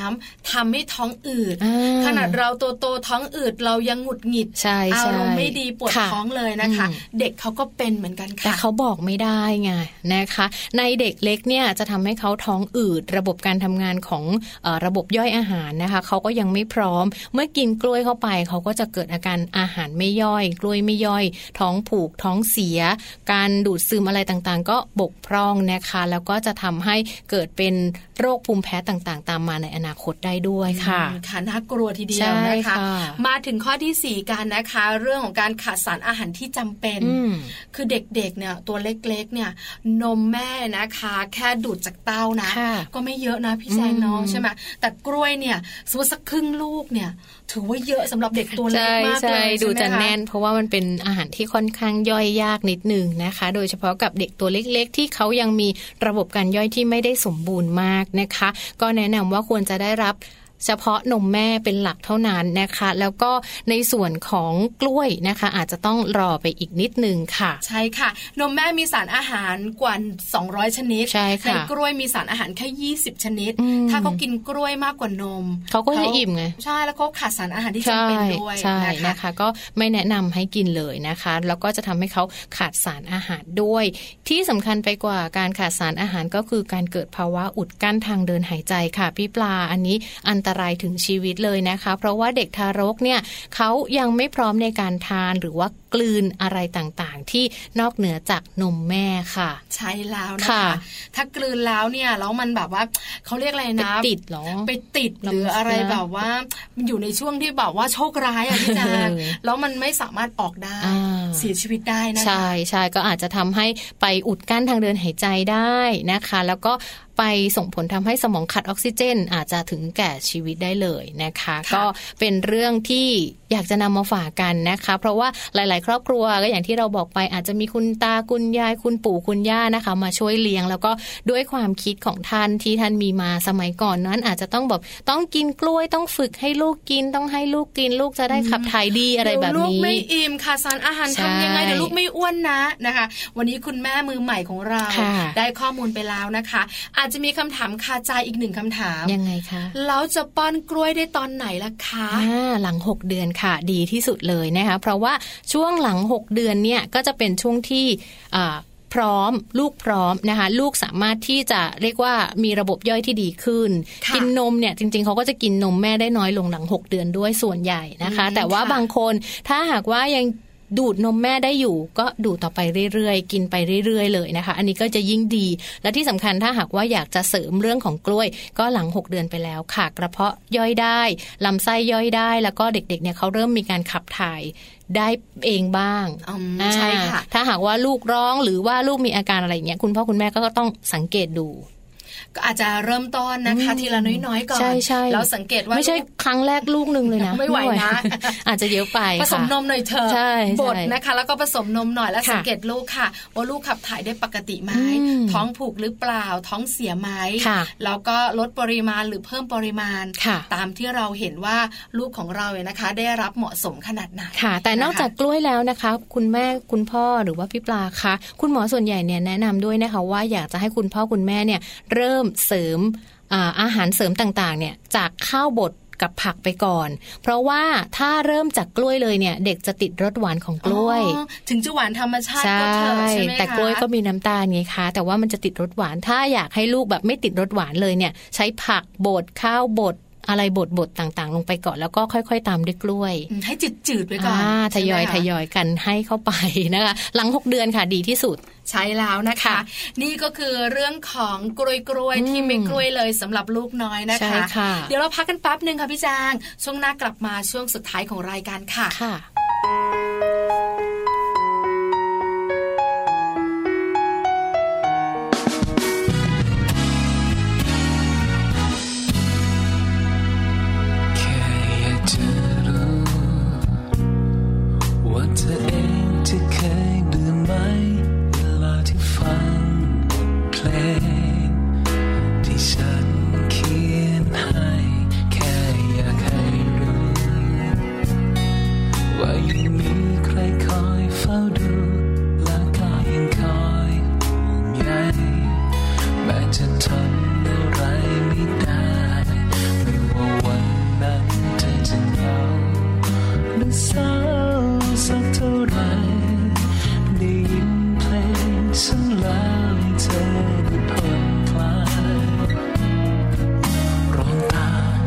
3ทำให้ท้องอืด
อ่า
ขนาดเราโตโตๆท้องอืดเรายังหงุดหงิด
ใช่ใช่
อารมณ์ไม่ดีปวด
ค่ะ
ท้องเลยนะคะ
อืม
เด็กเขาก็เป็นเหมือนกัน
แต่
ค่ะ
เขาบอกไม่ได้ไงนะคะ ในเด็กเล็กเนี่ยจะทำให้เขาท้องอืด ระบบการทำงานของเออระบบย่อยอาหารนะคะเขาก็ยังไม่พร้อม เมื่อกินกล้วยเข้าไปเขาก็จะเกิดอาการอาหารไม่ย่อย กล้วยไม่ย่อย ท้องผูกท้องเสีย การดูดซึมอะไรต่างๆ ก็บกพร่องนะคะ แล้วก็จะทำให้เกิดเป็นโรคภูมิแพ้ต่างๆ ตามมาในอนาคตได้ด้วยค่ะ
อืมค่ะน่ากลัวทีเดียว
ใช่
นะคะ
ค่ะ
มาถึงข้อที่ 4 กันนะคะ เรื่องของการขาดสารอาหารที่จำเป็น
อืม
คือเด็กๆเนี่ยตัวเล็กๆเนี่ยนมแม่นะคะ แค่ดูดจากเต้านะ
ค่ะ
ก็ไม่เยอะนะพี่แจงเน้องใช่ไหมแต่กล้วยเนี่ยสมมติสักครึ่งลูกเนี่ย ถือว่าเยอะสำหรับเด็กตัวเล็ก
ใช่
มากเล
ใช่
ย
ดู
ใช่ไหม
จะ
ค
แน่น เพราะว่ามันเป็นอาหารที่ค่อนข้างย่อยยากนิดหนึ่งนะคะ โดยเฉพาะกับเด็กตัวเล็กๆ ที่เขายังมีระบบการย่อยที่ไม่ได้สมบูรณ์มากนะคะ ก็แนะนำว่าควรจะได้รับ เฉพาะนมแม่เป็นหลักเท่านั้นนะคะ แล้วก็ในส่วนของกล้วยนะคะ อาจจะต้องรอไปอีกนิดนึงค่ะ
ใช่ค่ะ นมแม่มีสารอาหารกว่า 200 ชนิด
ใช่ค่ะ
นกล้วยมีสารอาหารแค่ 20 ชนิด
อืม
ถ้าเขากินกล้วยมากกว่านม
เขาก็จะอิ่มไง
ใช่แล้วเขาขาดสารอาหารที่
ใช่
จำเป็นด้วย
ใช่
นะ
นะคะ คะ ก็ไม่แนะนำให้กินเลยนะคะ แล้วก็จะทำให้เขาขาดสารอาหารด้วย ที่สำคัญไปกว่าการขาดสารอาหารก็คือการเกิดภาวะอุดกั้นทางเดินหายใจค่ะพี่ปลาอันนี้อันตรายถึงชีวิตเลยนะคะ เพราะว่าเด็กทารกเนี่ยเขายังไม่พร้อมในการทานหรือว่ากลืนอะไรต่างๆ ที่นอกเหนือจากนมแม่ค่ะ
ใช่แล้วนะคะ
ค่ะ
ถ้ากลืนแล้วเนี่ยแล้วมันแบบว่าเขาเรียกอะไร
ไป
นะ
ติดเหรอ
ไปติด
ลำ
หรืออะไร
เสือ
แบบว่ามันอยู่ในช่วงที่แบบว่าโชคร้ายอะพี่จาง
เออ
แล้วมันไม่สามารถออกได้
อ่า
เสียชีวิตได้นะคะ
ใช่ใช่ก็อาจจะทำให้ไปอุดกั้นทางเดินหายใจได้นะคะ แล้วก็ไปส่งผลทำให้สมองขาดออกซิเจน อาจจะถึงแก่ชีวิตได้เลยนะคะ
ค่ะ
ก็เป็นเรื่องที่อยากจะนำมาฝากกันนะคะ เพราะว่าหลาย ๆ ครอบครัวก็อย่างที่เราบอกไปอาจจะมีคุณตาคุณยายคุณปู่คุณย่านะคะ มาช่วยเลี้ยง แล้วก็ด้วยความคิดของท่านที่ท่านมีมาสมัยก่อนนั้น อาจจะต้องแบบต้องกินกล้วยต้องฝึกให้ลูกกิน ต้องให้ลูกกิน ลูกจะได้ขับถ่ายดีอะไรแบบ
เดี๋ยวลูก
นี้
ไม่อิ่มค่ะสารอาหาร
ใช่
ทำยังไงเดี๋ยวลูกไม่อ้วนนะนะคะ วันนี้คุณแม่มือใหม่ของเรา
ค่ะ
ได้ข้อมูลไปแล้วนะคะ อาจจะมีคำถามคาใจอีกหนึ่งคำถาม
ยังไงคะ
แล้วจะป้อนกล้วยได้ตอนไหนล่ะคะ
อ่าหลัง 6 เดือนค่ะดีที่สุดเลยนะคะเพราะว่าช่วงหลัง 6 เดือนเนี่ยก็จะเป็นช่วงที่อ่าพร้อมลูกพร้อมนะคะลูกสามารถที่จะเรียกว่ามีระบบย่อยที่ดีขึ้น
ะ
กินนมเนี่ยจริงๆเขาก็จะกินนมแม่ได้น้อยลงหลัง 6 เดือนด้วยส่วนใหญ่นะคะ
อืม
แต่ว่า
ค่ะ
บางคนถ้าหากว่ายังดูดนมแม่ได้อยู่ ก็ดูดต่อไปเรื่อยๆ กินไปเรื่อยๆเลยนะคะ อันนี้ก็จะยิ่งดี และที่สำคัญถ้าหากว่าอยากจะเสริมเรื่องของกล้วย ก็หลัง 6 เดือนไปแล้วค่ะ กระเพาะย่อยได้ลำไส้ย่อยได้ แล้วก็เด็กๆเนี่ยเขาเริ่มมีการขับถ่ายได้เองบ้าง
อืม
อ่า
ใช่ค่ะ
ถ้าหากว่าลูกร้องหรือว่าลูกมีอาการอะไรอย่างเงี้ยคุณพ่อคุณแม่ก็ต้องสังเกตดู
ก็อาจจะเริ่มต้นนะคะ ทีละน้อยๆก่อน
ใช่ใช่
แล้วสังเกตว่า
ไม่ใช่ครั้งแรกลูกหนึ่งเลยนะ
ไม่ไหวนะ
[LAUGHS] อาจจะเยอะไป
ลูกผ
ค่ะ
สมนมหน่อยเถอะ
ใช่ใช่
บดนะคะ แล้วก็ผสมนมหน่อยแล้ว
ค่ะ
สังเกตลูกค่ะ ว่าลูกขับถ่ายได้ปกติไหม
อืม
ท้องผูกหรือเปล่า ท้องเสียไหม
ค่ะ
แล้วก็ลดปริมาณหรือเพิ่มปริมาณ
ค่ะ
ตามที่เราเห็นว่าลูกของเราเนี่ยนะคะ ได้รับเหมาะสมขนาดไหน
ค่ะ แต่นอกจากกล้วยแล้วนะคะ คุณแม่คุณพ่อหรือว่าพี่ปลาคะคุณหมอส่วนใหญ่เนี่ยแนะนำด้วยนะคะ ว่าอยากจะให้คุณพ่อคุณแม่เนี่ยเริ่มเสริมอาอาหารเสริมต่างๆ เนี่ยจากข้าวบดกับผักไปก่อน เพราะว่าถ้าเริ่มจากกล้วยเลยเนี่ยเด็กจะติดรสหวานของกล้วย
อ๋อถึงจะหวานธรรมชาติ
ใช่
ก็เถอะใช่ไหมคะ
แต่กล้วยก็มีน้ำตาลไงคะ แต่ว่ามันจะติดรสหวาน ถ้าอยากให้ลูกแบบไม่ติดรสหวานเลยเนี่ย ใช้ผักบดข้าวบดอะไรบดบดต่างๆ ลงไปก่อนแล้วก็ค่อย ๆ ตามด้วยกล้วย
อืมให้จืดจืดๆไปก่อน
อ่าท
ใช่ไห
ย
ม
อย
คะ
ทยอยกันให้เข้าไปนะคะ หลัง 6 เดือนค่ะดีที่สุด
ใช้แล้วนะคะ
ค่ะ
นี่ก็คือเรื่องของกล้วยกล้วย
อืม
ที่ไม่กล้วยเลยสำหรับลูกน้อยนะ
ใช่
คะ
ค่ะ
เดี๋ยวเราพักกันแป๊บหนึ่งค่ะพี่จางช่วงหน้ากลับมาช่วงสุดท้ายของรายการค่ะ
ค่ะ
แค่อยากจะรู้ ว่าเธอเองจะเคยดื่มไหมเวลาที่ฟังเพลง ที่ฉันเขียนให้ แค่อยากให้รู้ ว่ายังมีใครคอยเฝ้าดู และก็ยังคอยห่วงใย แม้จะทนอะไรไม่ได้ ไม่ว่าวันนั้นเธอจะเหงาหรือเศร้าสักเท่าไหรได้ยินเพลงฉันแล้วให้เธอได้ผ่อนคลายร้องตาม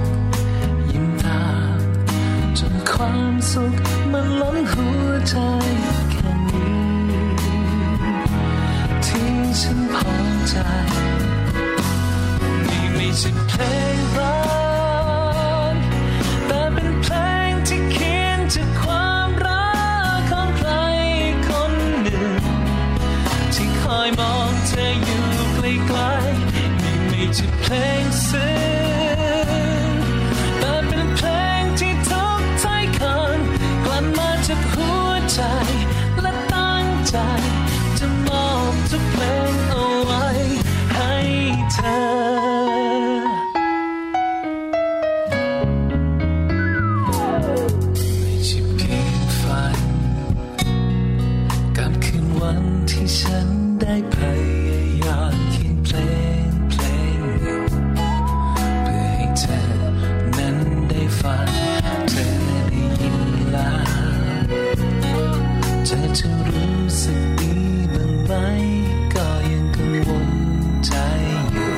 ยิ้มตามจนความสุขมันล้นหัวใจแค่นี้ ที่ฉันพอใจ นี่ไม่ใช่เพลงรักแต่เป็นเพลงที่เขียนจากความรักของใครคนหนึ่ง ที่คอยมองเธออยู่ไกลๆนี่ไม่ใช่เพลงซึ้งแต่เป็นเพลงที่ทุกท้ายคำกลั่นมาจากหัวใจ และตั้งใจ จะมอบทุกเพลงเอาไว้ให้เธอ เธอจะรู้สึกดีบ้างไหม ก็ยังกังวลใจอยู่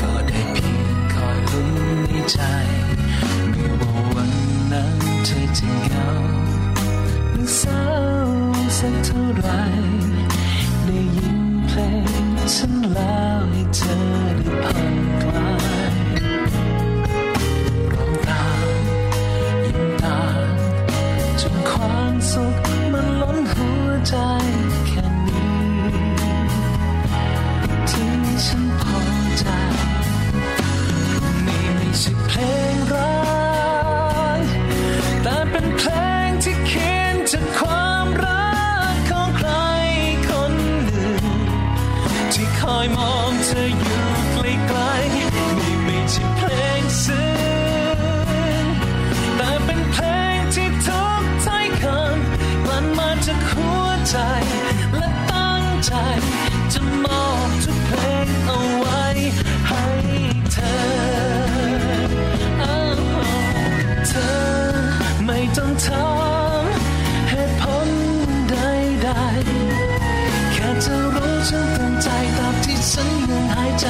ก็ได้เพียงคอยลุ้นในใจ ไม่ว่าวันนั้นเธอจะเหงาหรือเศร้าสักเท่าไหรได้ยินเพลงฉันแล้วให้เธอได้ผ่อนคลายร้องตามยิ้มตาม จนความสุขมันล้นหัวใจแค่นี้ ที่ฉันพอใจนี่ไม่ใช่เพลงรักแต่เป็นเพลงที่เขียนจากความรักของใครคนหนึ่ง ที่คอยมองเธออยู่ไกลๆนี่ไม่ใช่เพลงซึ้ง แต่เป็นเพลงที่ทุกถ้อยคำกลั่นมาจากหัวใจ และตั้งใจ จะมอบทุกเพลงเอาไว้ให้เธออ้าวเธอไม่ต้องถามเหตุผลใดๆ แค่จะรู้ฉันตั้งใจตามที่ฉันยังหายใจ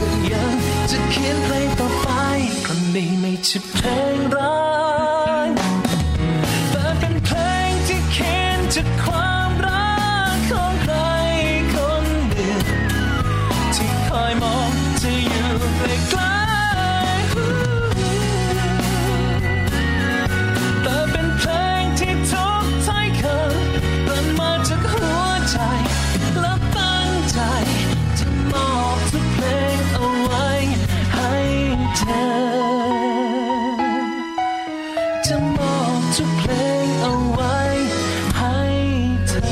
ก็ยังจะเขียนเพลงต่อไปคนนี้ไม่ใช่เพลงรักแต่เป็นเพลงที่เขียนจากความรักของใครคนหนึ่งที่คอยมองเธออยู่ไกลๆ แต่เป็นเพลงที่ทุกท้ายคำรันมาจากหัวใจ และตั้งใจ จะมอบทุกเพลงเอาไว้ให้เธอ จะมอบทุกเพลงเอาไว้ให้เธอ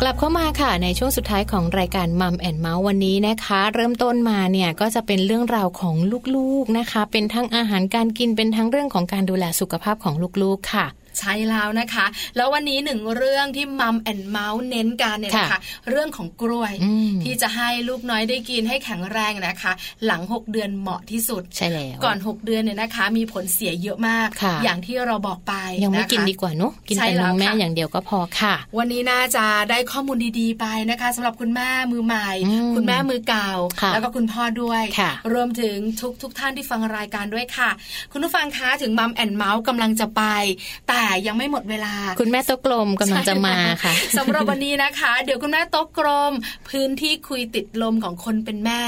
กลับเข้ามาค่ะในช่วงสุดท้ายของรายการมัมแอนเมาส์วันนี้นะคะ เริ่มต้นมาเนี่ยก็จะเป็นเรื่องราวของลูกๆนะคะ เป็นทั้งอาหารการกินเป็นทั้งเรื่องของการดูแลสุขภาพของลูกๆค่ะ
ใช่แล้วนะคะ แล้ววันนี้หนึ่งเรื่องที่มัมแอนเมาส์เน้นกันเนี่ยนะคะ
ค่ะ
เรื่องของกล้วย
อืม
ที่จะให้ลูกน้อยได้กินให้แข็งแรงนะคะ หลัง 6 เดือนเหมาะที่สุด
ใช่แล้ว
ก่อน 6 เดือนเนี่ยนะคะ มีผลเสียเยอะมาก
ค่ะ
อย่างที่เราบอกไป
ยังไม่
ะคะ
กินดีกว่าเนอะกิน
ใช่
แต่
แล้
น
ว
มแม่
ค่ะ
อย่างเดียวก็พอค่ะ
วันนี้น่าจะได้ข้อมูลดีๆไปนะคะสำหรับคุณแม่มือใหม่
อืม
คุณแม่มือเก่า
ค่ะ
แล้วก็คุณพ่อด้วย
ค่ะ
รวมถึงทุกๆทท่านที่ฟังรายการด้วยค่ะ คุณผู้ฟังคะถึงมัมแอนเมาส์กำลังจะไป แต่ยังไม่หมดเวลา
คุณแม่โตะกลมกำลังจะมาค่ะ
สำหรับวันนี้นะคะ เดี๋ยวคุณแม่โต๊ะกลม พื้นที่คุยติดลมของคนเป็นแม่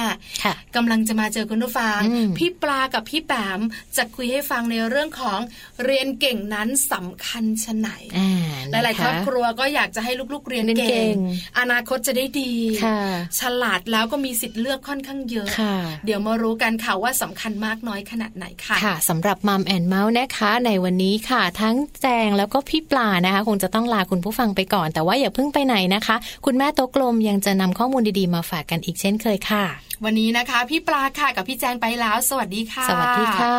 ค่ะ
กำลังจะมาเจอคุณผู้ฟัง
อืม
พี่ปลากับพี่แปมจะคุยให้ฟังในเรื่องของเรียนเก่งนั้นสำคัญชะไหน
อ่า
ห
นะะ
ลายๆครอบครัวก็อยากจะให้ลูกๆเรียน
เรียนเก่ง
เก่ง อนาคตจะได้ดี
ค่ะ
ฉลาดแล้วก็มีสิทธิ์เลือกค่อนข้างเยอะ
ค่ะ
เดี๋ยวมารู้กันค่ะว่าสำคัญมากน้อยขนาดไหนค่ะ
ค่ะสำหรับมัมแอนเมาส์นะคะ ในวันนี้ค่ะ ทั้งแจงแล้วก็พี่ปลานะคะ คงจะต้องลาคุณผู้ฟังไปก่อน แต่ว่าอย่าเพิ่งไปไหนนะคะ คุณแม่โต๊ะกลมยังจะนำข้อมูลดีๆมาฝากกันอีกเช่นเคยค่ะ
วันนี้นะคะ พี่ปลาค่ะกับพี่แจงไปแล้ว สวัสดีค่ะ
สวัสดีค่ะ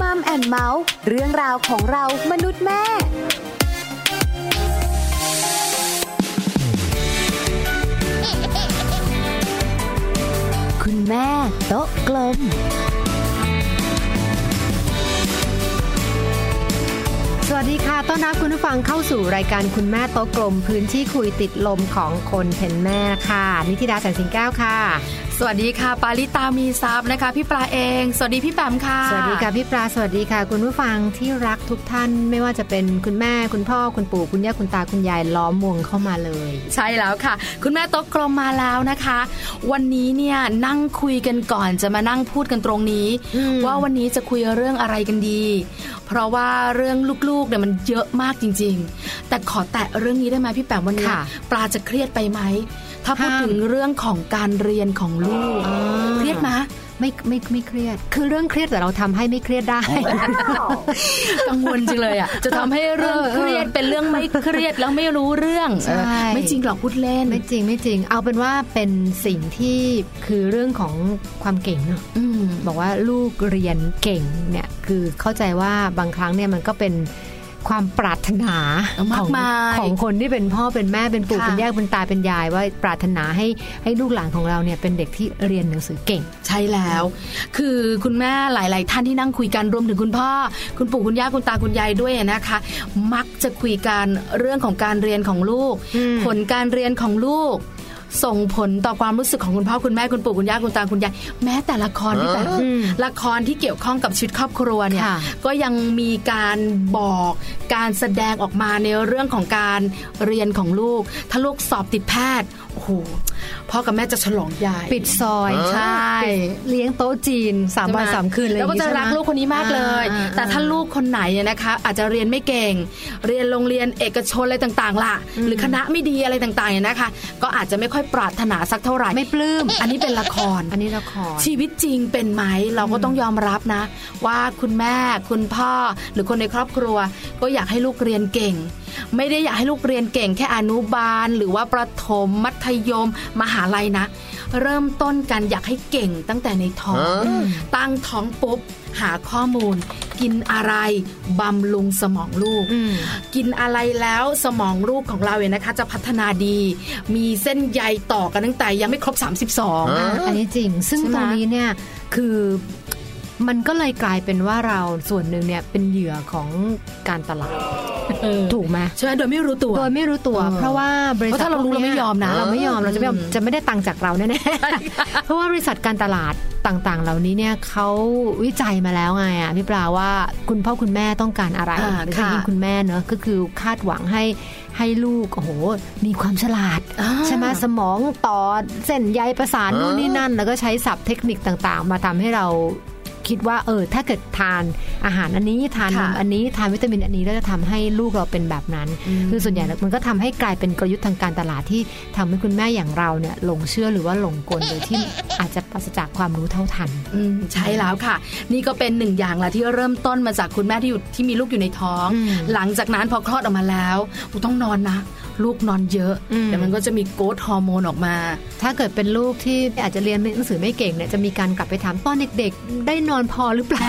มัมแอนเมาส์เรื่องราวของเรามนุษย์แม่ คุณแม่โต๊ะกลม
สวัสดีค่ะ ต้อนรับคุณผู้ฟังเข้าสู่รายการคุณแม่โต๊ะกลม พื้นที่คุยติดลมของคนเป็นแม่ค่ะ นิติดาแสนสิงแก้วค่ะ
สวัสดีค่ะ ปาลิตามีซับนะคะ พี่ปลาเอง สวัสดีพี่แปมค่ะ
สวัสดีค่ะพี่ปลา สวัสดีค่ะ คุณผู้ฟังที่รักทุกท่าน ไม่ว่าจะเป็นคุณแม่คุณพ่อคุณปู่คุณย่าคุณตาคุณยายล้อมวงเข้ามาเลย
ใช่แล้วค่ะ คุณแม่โต๊ะกลมมาแล้วนะคะ วันนี้เนี่ยนั่งคุยกันก่อนจะมานั่งพูดกันตรงนี้
อืม
ว่าวันนี้จะคุยเรื่องอะไรกันดี เพราะว่าเรื่องลูกๆเนี่ยมันเยอะมากจริง ๆ แต่ขอแตะเรื่องนี้ได้ไหมพี่แปมวันนี้
ค่ะ
ปลาจะเครียดไปไหมถ้าพูด
ห้าม
ถึงเรื่องของการเรียนของลูกเครียดไหม
ไม่ไม่ไม่เครียด คือเรื่องเครียดแต่เราทำให้ไม่เครียดได้
กังวลจังเลยอ่ะจะทำให้เรื่องเครียดเป็นเรื่องไม่เครียดแล้วไม่รู้เรื่อง
ใช่
เออไม่จริงหรอกพูดเล่น
[LAUGHS] ไม่จริงไม่จริง เอาเป็นว่าเป็นสิ่งที่คือเรื่องของความเก่งเนอะ
อืม
บอกว่าลูกเรียนเก่งเนี่ยคือเข้าใจว่าบางครั้งเนี่ยมันก็เป็น ความปรารถนา
มา
ข
ก
อง
มาย
ของคนที่เป็นพ่อเป็นแม่เป็นปู่
ค่ะ
เป็นย่าเป็นตาเป็นยาย ว่าปรารถนาให้ให้ลูกหลานของเราเนี่ยเป็นเด็กที่เรียนหนังสือเก่ง
ใช่แล้ว คือคุณแม่หลาย ๆ ท่านที่นั่งคุยกันรวมถึงคุณพ่อ คุณปู่คุณย่าคุณตาคุณยายด้วยนะคะ มักจะคุยกันเรื่องของการเรียนของลูก
อืม
[LAUGHS] ผลการเรียนของลูก ส่งผลต่อความรู้สึกของคุณพ่อคุณแม่คุณปู่คุณย่าคุณตาคุณยายแม้แต่ละครที่แต่ละละครที่เกี่ยวข้องกับชีวิตครอบครัวเนี่ย
ค่ะ
ก็ยังมีการบอกการแสดงออกมาในเรื่องของการเรียนของลูก ถ้าลูกสอบติดแพทย์โอ้โหพ่อกับแม่จะฉลองใหญ่
ปิดซอย
ใช่
ปิดเลี้ยงโต๊ะจีนสามวัน
ใช่ไห
สามคืนเลย
แล้วก็จะ
ใช่ไหม
รักลูกคนนี้มากเลย
อ่
แต่ถ้าลูกคนไหนเนี่ยนะคะ อาจจะเรียนไม่เก่ง เรียนโรงเรียนเอกชนอะไรต่างๆล่ะ หรือคณะไม่ดีอะไรต่างๆเนี่ยนะคะ ก็อาจจะไม่ค่อยปรารถนาสักเท่าไหร่
ไม่ป [COUGHS] ลื้ม
อันนี้เป็นละคร
อันนี้ละคร
ชีวิตจริงเป็นไหมเราก็ต้องยอมรับนะ ว่าคุณแม่คุณพ่อหรือคนในครอบครัว ก็อยากให้ลูกเรียนเก่ง ไม่ได้อยากให้ลูกเรียนเก่ง แค่อนุบาล หรือว่าประถมมัธยม มหาลัยนะ เริ่มต้นกันอยากให้เก่งตั้งแต่ในท้องตั้งท้องปุ๊บ หาข้อมูล กินอะไรบำรุงสมองลูก กินอะไรแล้วสมองลูกของเราเนี่ยนะคะ จะพัฒนาดี มีเส้นใยต่อกันตั้งแต่ยังไม่ครบ 32
อ่ะอันนี้จริง ซึ่ง
ใช่ไหม
ตรงนี้เนี่ยคือมันก็เลยกลายเป็นว่าเราส่วนหนึ่งเนี่ยเป็นเหยื่อของการตลาด
เออ
ถูกไหม
ใช่ไหมโดยไม่รู้ตัว
โดยไม่รู้ตัว
เออ
เพราะว่าบริษัท
เพราะถ้าเรารู้
พวก
เราไม่
นี้
ยอมนะ
เราไม่ยอมเราจะไม่ยอม
อืม
จะไม่ได้ตังค์จากเราแน่ๆเพราะว่าบริษัทการตลาดต่างๆ เหล่านี้เนี่ยเขาวิจัยมาแล้วไงอ่ะพี่ปลาว่าคุณพ่อคุณแม่ต้องการอะไร
อ่า
โดยเฉ
ค่ะ
พาะยิ่งคุณแม่เนอะก็คือคาดหวังให้ให้ลูกโอ้โหมีความฉลาด
อ่า
ใช่ไหมสมองต่อเส้นใยประสานนู่นนี่นั่น แล้วก็ใช้ศัพท์เทคนิคต่างๆ มาทำให้เราคิดว่า เออ ถ้าเกิดทานอาหารอันนี้ทานนม
ค่ะ
อันนี้ทานวิตามินอันนี้แล้วจะทำให้ลูกเราเป็นแบบนั้น คือส่วนใหญ่แล้วมันก็ทำให้กลายเป็นกลยุทธ์ทางการตลาดที่ทำให้คุณแม่อย่างเราเนี่ยหลงเชื่อหรือว่าหลงกลโดยที่อาจจะปราศจากความรู้เท่าทัน
อืมใช่แล้วค่ะ นี่ก็เป็นหนึ่งอย่างละที่เริ่มต้นมาจากคุณแม่ที่อยู่ที่มีลูกอยู่ในท้อง
อืม
หลังจากนั้นพอคลอดออกมาแล้วอูต้องนอนนะ ลูกนอนเยอะ
อืม
เดี๋ยวมันก็จะมีโกรทฮอร์โมนออกมา
ถ้าเกิดเป็นลูกที่อาจจะเรียนหนังสือไม่เก่งเนี่ยจะมีการกลับไปถามตอนเด็กๆ ได้นอนพอหรือเปล่า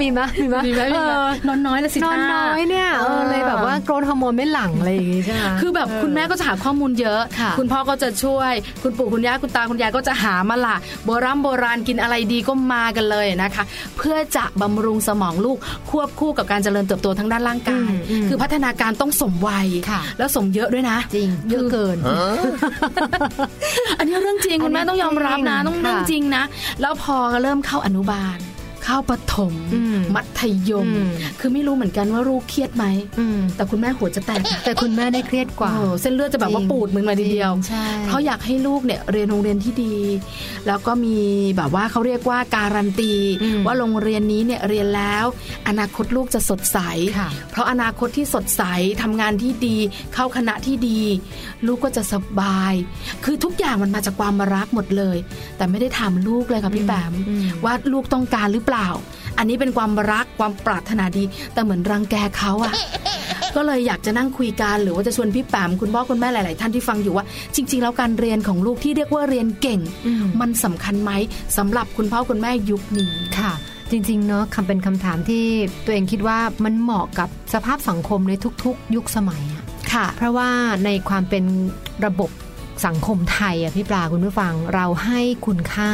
มีไหมมีไหม
มีไหมมีไหม
เออ
นอนน้อยละสิ
นอน
ตา
น้อยเนี่ยเออเลยแบบว่าโกรนฮอร์โมนไม่หลั่งอะไรอย่างงี้ใช่ไหม
คือแบบคุณแม่ก็จะหาข้อมูลเยอะ
ค่ะ
ณพ่อก็จะช่วย คุณปู่คุณย่าคุณตาคุณยายก็จะหามาละโบราณโบราณกินอะไรดีก็มากันเลยนะคะ เพื่อจะบำรุงสมองลูกควบคู่กับการเจริญเติบโตทั้งด้านร่างกาย
อืมอืม
คือพัฒนาการต้องสมวัย
ค่ะ
แล้วสมเยอะด้วยนะ
จริงเยอะเกิน
อันนี้เรื่องจริง
อั
คุ
นนี้
ณแม่ต้องยอมรับนะ
จริง
ต้องเรื่อง
ค่ะ
จริงนะ แล้วพอเริ่มเข้าอนุบาล เข้าประถม
อืม
มัธยม
อืม
คือไม่รู้เหมือนกันว่าลูกเครียดไหม
อืม
แต่คุณแม่หัวจะแตกนะ
แต่คุณแม่ได้เครียดกว่า
เออเส้นเลือดจะแบบว่า
จริง
ปูดมึนมาทีเดียว
จริงใช่
เพราะอยากให้ลูกเนี่ยเรียนโรงเรียนที่ดี แล้วก็มีแบบว่าเขาเรียกว่าการันตี
อืม
ว่าโรงเรียนนี้เนี่ยเรียนแล้ว อนาคตลูกจะสดใส
ค่ะ
เพราะอนาคตที่สดใสทำงานที่ดี เข้าคณะที่ดี ลูกก็จะสบาย คือทุกอย่างมันมาจากความรักหมดเลย แต่ไม่ได้ถามลูกเลยค่ะพี่แปม
อืม
ว่าลูกต้องการหรือเปล่า อันนี้เป็นความรักความปรารถนาดี แต่เหมือนรังแกเขา
[LAUGHS]
อะ ก็เลยอยากจะนั่งคุยกันหรือว่าจะชวนพี่แปมคุณพ่อคุณแม่หลาย ๆ ท่านที่ฟังอยู่ว่า จริง ๆ แล้วการเรียนของลูกที่เรียกว่าเรียนเก่ง
อืม
มันสำคัญไหมสำหรับคุณพ่อคุณแม่ยุคนี้
ค่ะ จริงๆเนาะคำเป็นคำถามที่ตัวเองคิดว่ามันเหมาะกับสภาพสังคมในทุกๆ ยุคสมัยอะ
ค่ะ
เพราะว่าในความเป็นระบบสังคมไทยอะพี่ปลาคุณผู้ฟังเราให้คุณค่า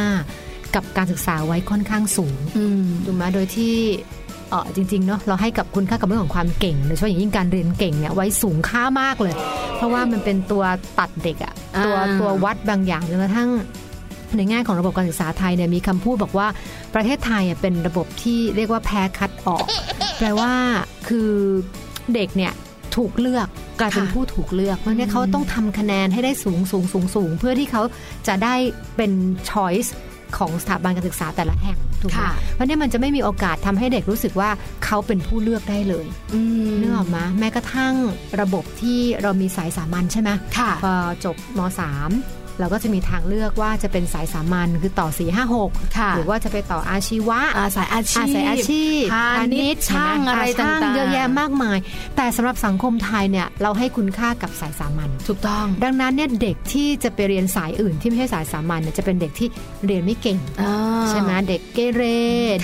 กับการศึกษาไว้ค่อนข้างสูง
อืม
ถูกไหมโดยที่เออจริงๆเนาะเราให้กับคุณค่ากับเรื่องของความเก่งโดยเฉพาะอย่างยิ่งการเรียนเก่งเนี่ยไว้สูงค่ามากเลย เพราะว่ามันเป็นตัวตัดเด็กอะ
อ่า
ตัวตัววัดบางอย่างจนกระทั่งในแง่ของระบบการศึกษาไทยเนี่ยมีคำพูดบอกว่าประเทศไทยอะเป็นระบบที่เรียกว่าแพ้คัด
[LAUGHS]
ออก แปลว่าคือเด็กเนี่ยถูกเลือกกลายเป็นผู้ถูกเลือกเพราะเนี่ยเขาต้องทำคะแนนให้ได้สูงสูงสูงสูงเพื่อที่เขาจะได้เป็นช้อยส์ของสถาบันการศึกษาแต่ละแห่งถูกไหม
ค่ะ
เพราะเนี่ยมันจะไม่มีโอกาสทำให้เด็กรู้สึกว่าเขาเป็นผู้เลือกได้เลย
อืม
นึกออกไหมแม้กระทั่งระบบที่เรามีสายสามัญใช่ไหม
ค่ะ
พอจบม .3 เราก็จะมีทางเลือกว่าจะเป็นสายสามัญคือต่อ 4 5
ค่ะ
6 หรือว่าจะไปต่ออาชีวะ
อาสายอาชี
อา
พ
ศัยอาชีพ
พาณิชย์
ใไหม
ช่างอะไร
ช่
ต่างๆ
เยอะแยะมากมาย แต่สำหรับสังคมไทยเนี่ยเราให้คุณค่ากับสายสามัญ
ถูกต้อง
ดังนั้นเนี่ยเด็กที่จะไปเรียนสายอื่นที่ไม่ใช่สายสามัญเนี่ยจะเป็นเด็กที่เรียนไม่เก่ง
อ่า
ใช่ไหมเด็กเกเร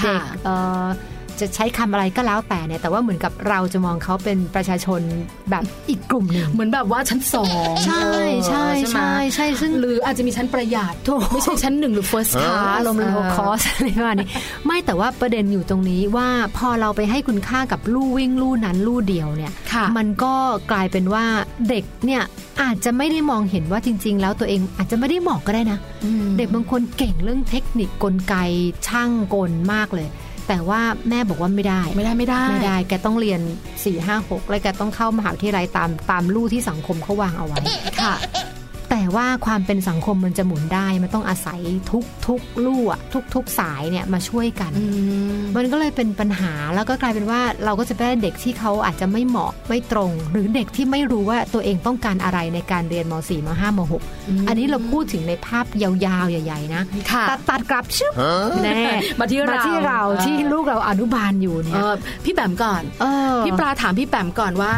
ค่ะ
เด็กเอ่อ จะใช้คำอะไรก็แล้วแต่เนี่ยแต่ว่าเหมือนกับเราจะมองเขาเป็นประชาชนแบบอีกกลุ่มหนึ่ง
เหมือนแบบว่าชั้นสอง
ใช่ใช่
เออไหม
ใช่ใช่ซึ่ง
หรืออาจจะมีชั้นประหยัด
ถูก
ไม่ใช่ชั้นหนึ่งหรือ first
ช้า
class
ลมโลคอส [LAUGHS] อะไรประมาณนี้ ไม่แต่ว่าประเด็นอยู่ตรงนี้ว่าพอเราไปให้คุณค่ากับลู่วิ่งลู่นั้นลู่เดียวเนี่ย
ค่ะ
มันก็กลายเป็นว่าเด็กเนี่ยอาจจะไม่ได้มองเห็นว่าจริง ๆ แล้วตัวเองอาจจะไม่ได้เหมาะก็ได้นะ
อืม
เด็กบางคนเก่งเรื่องเทคนิคกลไกช่างกลมากเลย แต่ว่าแม่บอกว่าไม่ได้
ไม่ได้ไม่ได้
ไม่ได้แกต้องเรียน 4 5 6 และแกต้องเข้ามหาวิทยาลัยตามตามลู่ที่สังคมเขาวางเอาไว้ค่ะ แต่ว่าความเป็นสังคมมันจะหมุนได้ มันต้องอาศัยทุกทุกลู่อะทุกทุกสายเนี่ยมาช่วยกัน
อืม
มันก็เลยเป็นปัญหาแล้วก็กลายเป็นว่าเราก็จะได้เด็กที่เขาอาจจะไม่เหมาะไม่ตรง หรือเด็กที่ไม่รู้ว่าตัวเองต้องการอะไรในการเรียนม .4 ม .5 ม
อืม
.6 อันนี้เราพูดถึงในภาพยาวๆใหญ่ๆนะ
ค่ะ
ตัดตัดกลับชึบแน่
มาที่เรา
มาที่เรา
เออ
ที่ลูกเราอนุบาลอยู่เนี่
เอย อพี่แปมก่อน
เออ
พี่ปลาถามพี่แปมก่อนว่า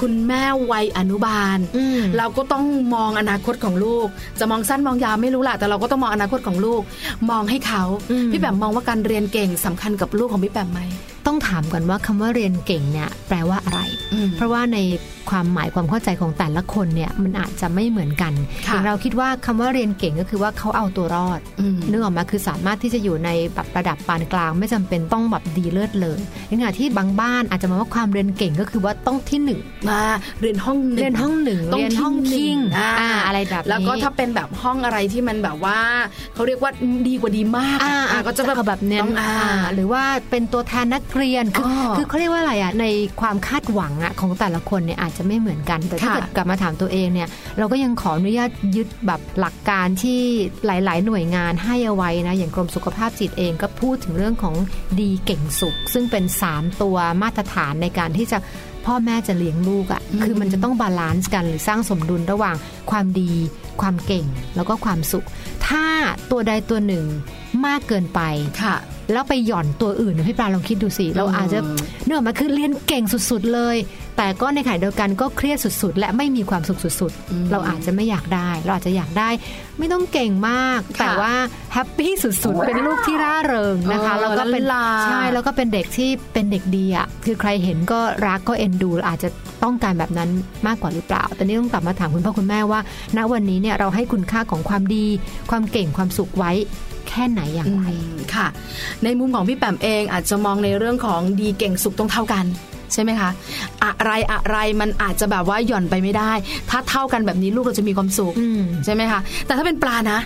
คุณแม่วัยอนุบาล
อืม
เราก็ต้องมองอนาคตของลูก จะมองสั้นมองยาวไม่รู้ล่ะแต่เราก็ต้องมองอนาคตของลูก มองให้เขา
อืม
พี่แปมมองว่าการเรียนเก่งสำคัญกับลูกของพี่แปมไหม
ต้องถามก่อนว่าคำว่าเรียนเก่งเนี่ยแปลว่าอะไร
อืม
เพราะว่าในความหมายความเข้าใจของแต่ละคนเนี่ยมันอาจจะไม่เหมือนกันอ
ค่ะ
ย่างเราคิดว่าคำว่าเรียนเก่งก็คือว่าเขาเอาตัวรอด
อืม
นึกออกมาคือสามารถที่จะอยู่ในแบบระดับปานกลาง ไม่จำเป็นต้องแบบดีเลิศเลยในขณะที่บางบ้านอาจจะมองว่าความเรียนเก่งก็คือว่าต้องที่หนึ่ง
มาเรียนห้องหนึ่ง
เรียนห้องหนึ่ง
ต้
เรียนห้อง
ที่
คิง
หนึ่
อ่า
า
อะไรแบบนี้
แล้วก็ถ้าเป็นแบบห้องอะไรที่มันแบบว่าเขาเรียกว่าดีกว่าดีมาก
อ่า
อ่ะ
อ่า
ก็จะแบบ
แบบเน้น
ต้องอ่า
อ่าหรือว่าเป็นตัวแทนนักเรียนคืออ
อ
คือเขาเรียกว่าอะไรอ่ะในความคาดหวังอ่ะของแต่ละคนเนี่ยอาจจะไม่เหมือนกัน แต่ถ้า
ค่ะ
เกิดกลับมาถามตัวเองเนี่ยเราก็ยังขออนุญาตยึดแบบหลักการที่หลายๆ หน่วยงานให้เอาไว้นะอย่างกรมสุขภาพจิตเองก็พูดถึงเรื่องของดีเก่งสุข ซึ่งเป็น 3 ตัวมาตรฐานในการที่จะพ่อแม่จะเลี้ยงลูกอ่ะคือมันจะต้องบาลานซ์กันหรือสร้างสมดุลระหว่างความดี ความเก่งแล้วก็ความสุข ถ้าตัวใดตัวหนึ่งมากเกินไป
ค่ะ
แล้วไปหย่อนตัวอื่นนะพี่ปลาลองคิดดูสิ เราอาจจะเนื่องมาคือเรียนเก่งสุดๆเลย แต่ก็ในขณะเดียวกันก็เครียดสุดๆ และไม่มีความสุขสุด
อืม
ๆ เราอาจจะไม่อยากได้ เราอาจจะอยากได้ ไม่ต้องเก่งมาก
ค่ะ
แต่ว่าแฮปปี้สุดๆ เป็นลูกที่ร่าเริงนะคะ
เออ
แล้วก็เป็น
ล้านลา
ใช่แล้วก็เป็นเด็กที่เป็นเด็กดีอ่ะคือใครเห็นก็รักก็เอ็นดู อาจจะต้องการแบบนั้นมากกว่าหรือเปล่าแต่นี่ต้องกลับมาถามคุณพ่อคุณแม่ว่า ณวันนี้เนี่ยเราให้คุณค่าของความดี ความเก่งความสุขไว้แค่ไหนอย่างไร
อืมค่ะ ในมุมของพี่แปมเองอาจจะมองในเรื่องของดีเก่งสุขต้องเท่ากัน ใช่ไหมคะอะไรอะไรมันอาจจะแบบว่าหย่อนไปไม่ได้ ถ้าเท่ากันแบบนี้ลูกเราจะมีความสุข
อืม
ใช่ไหมคะ แต่ถ้าเป็นปลานะ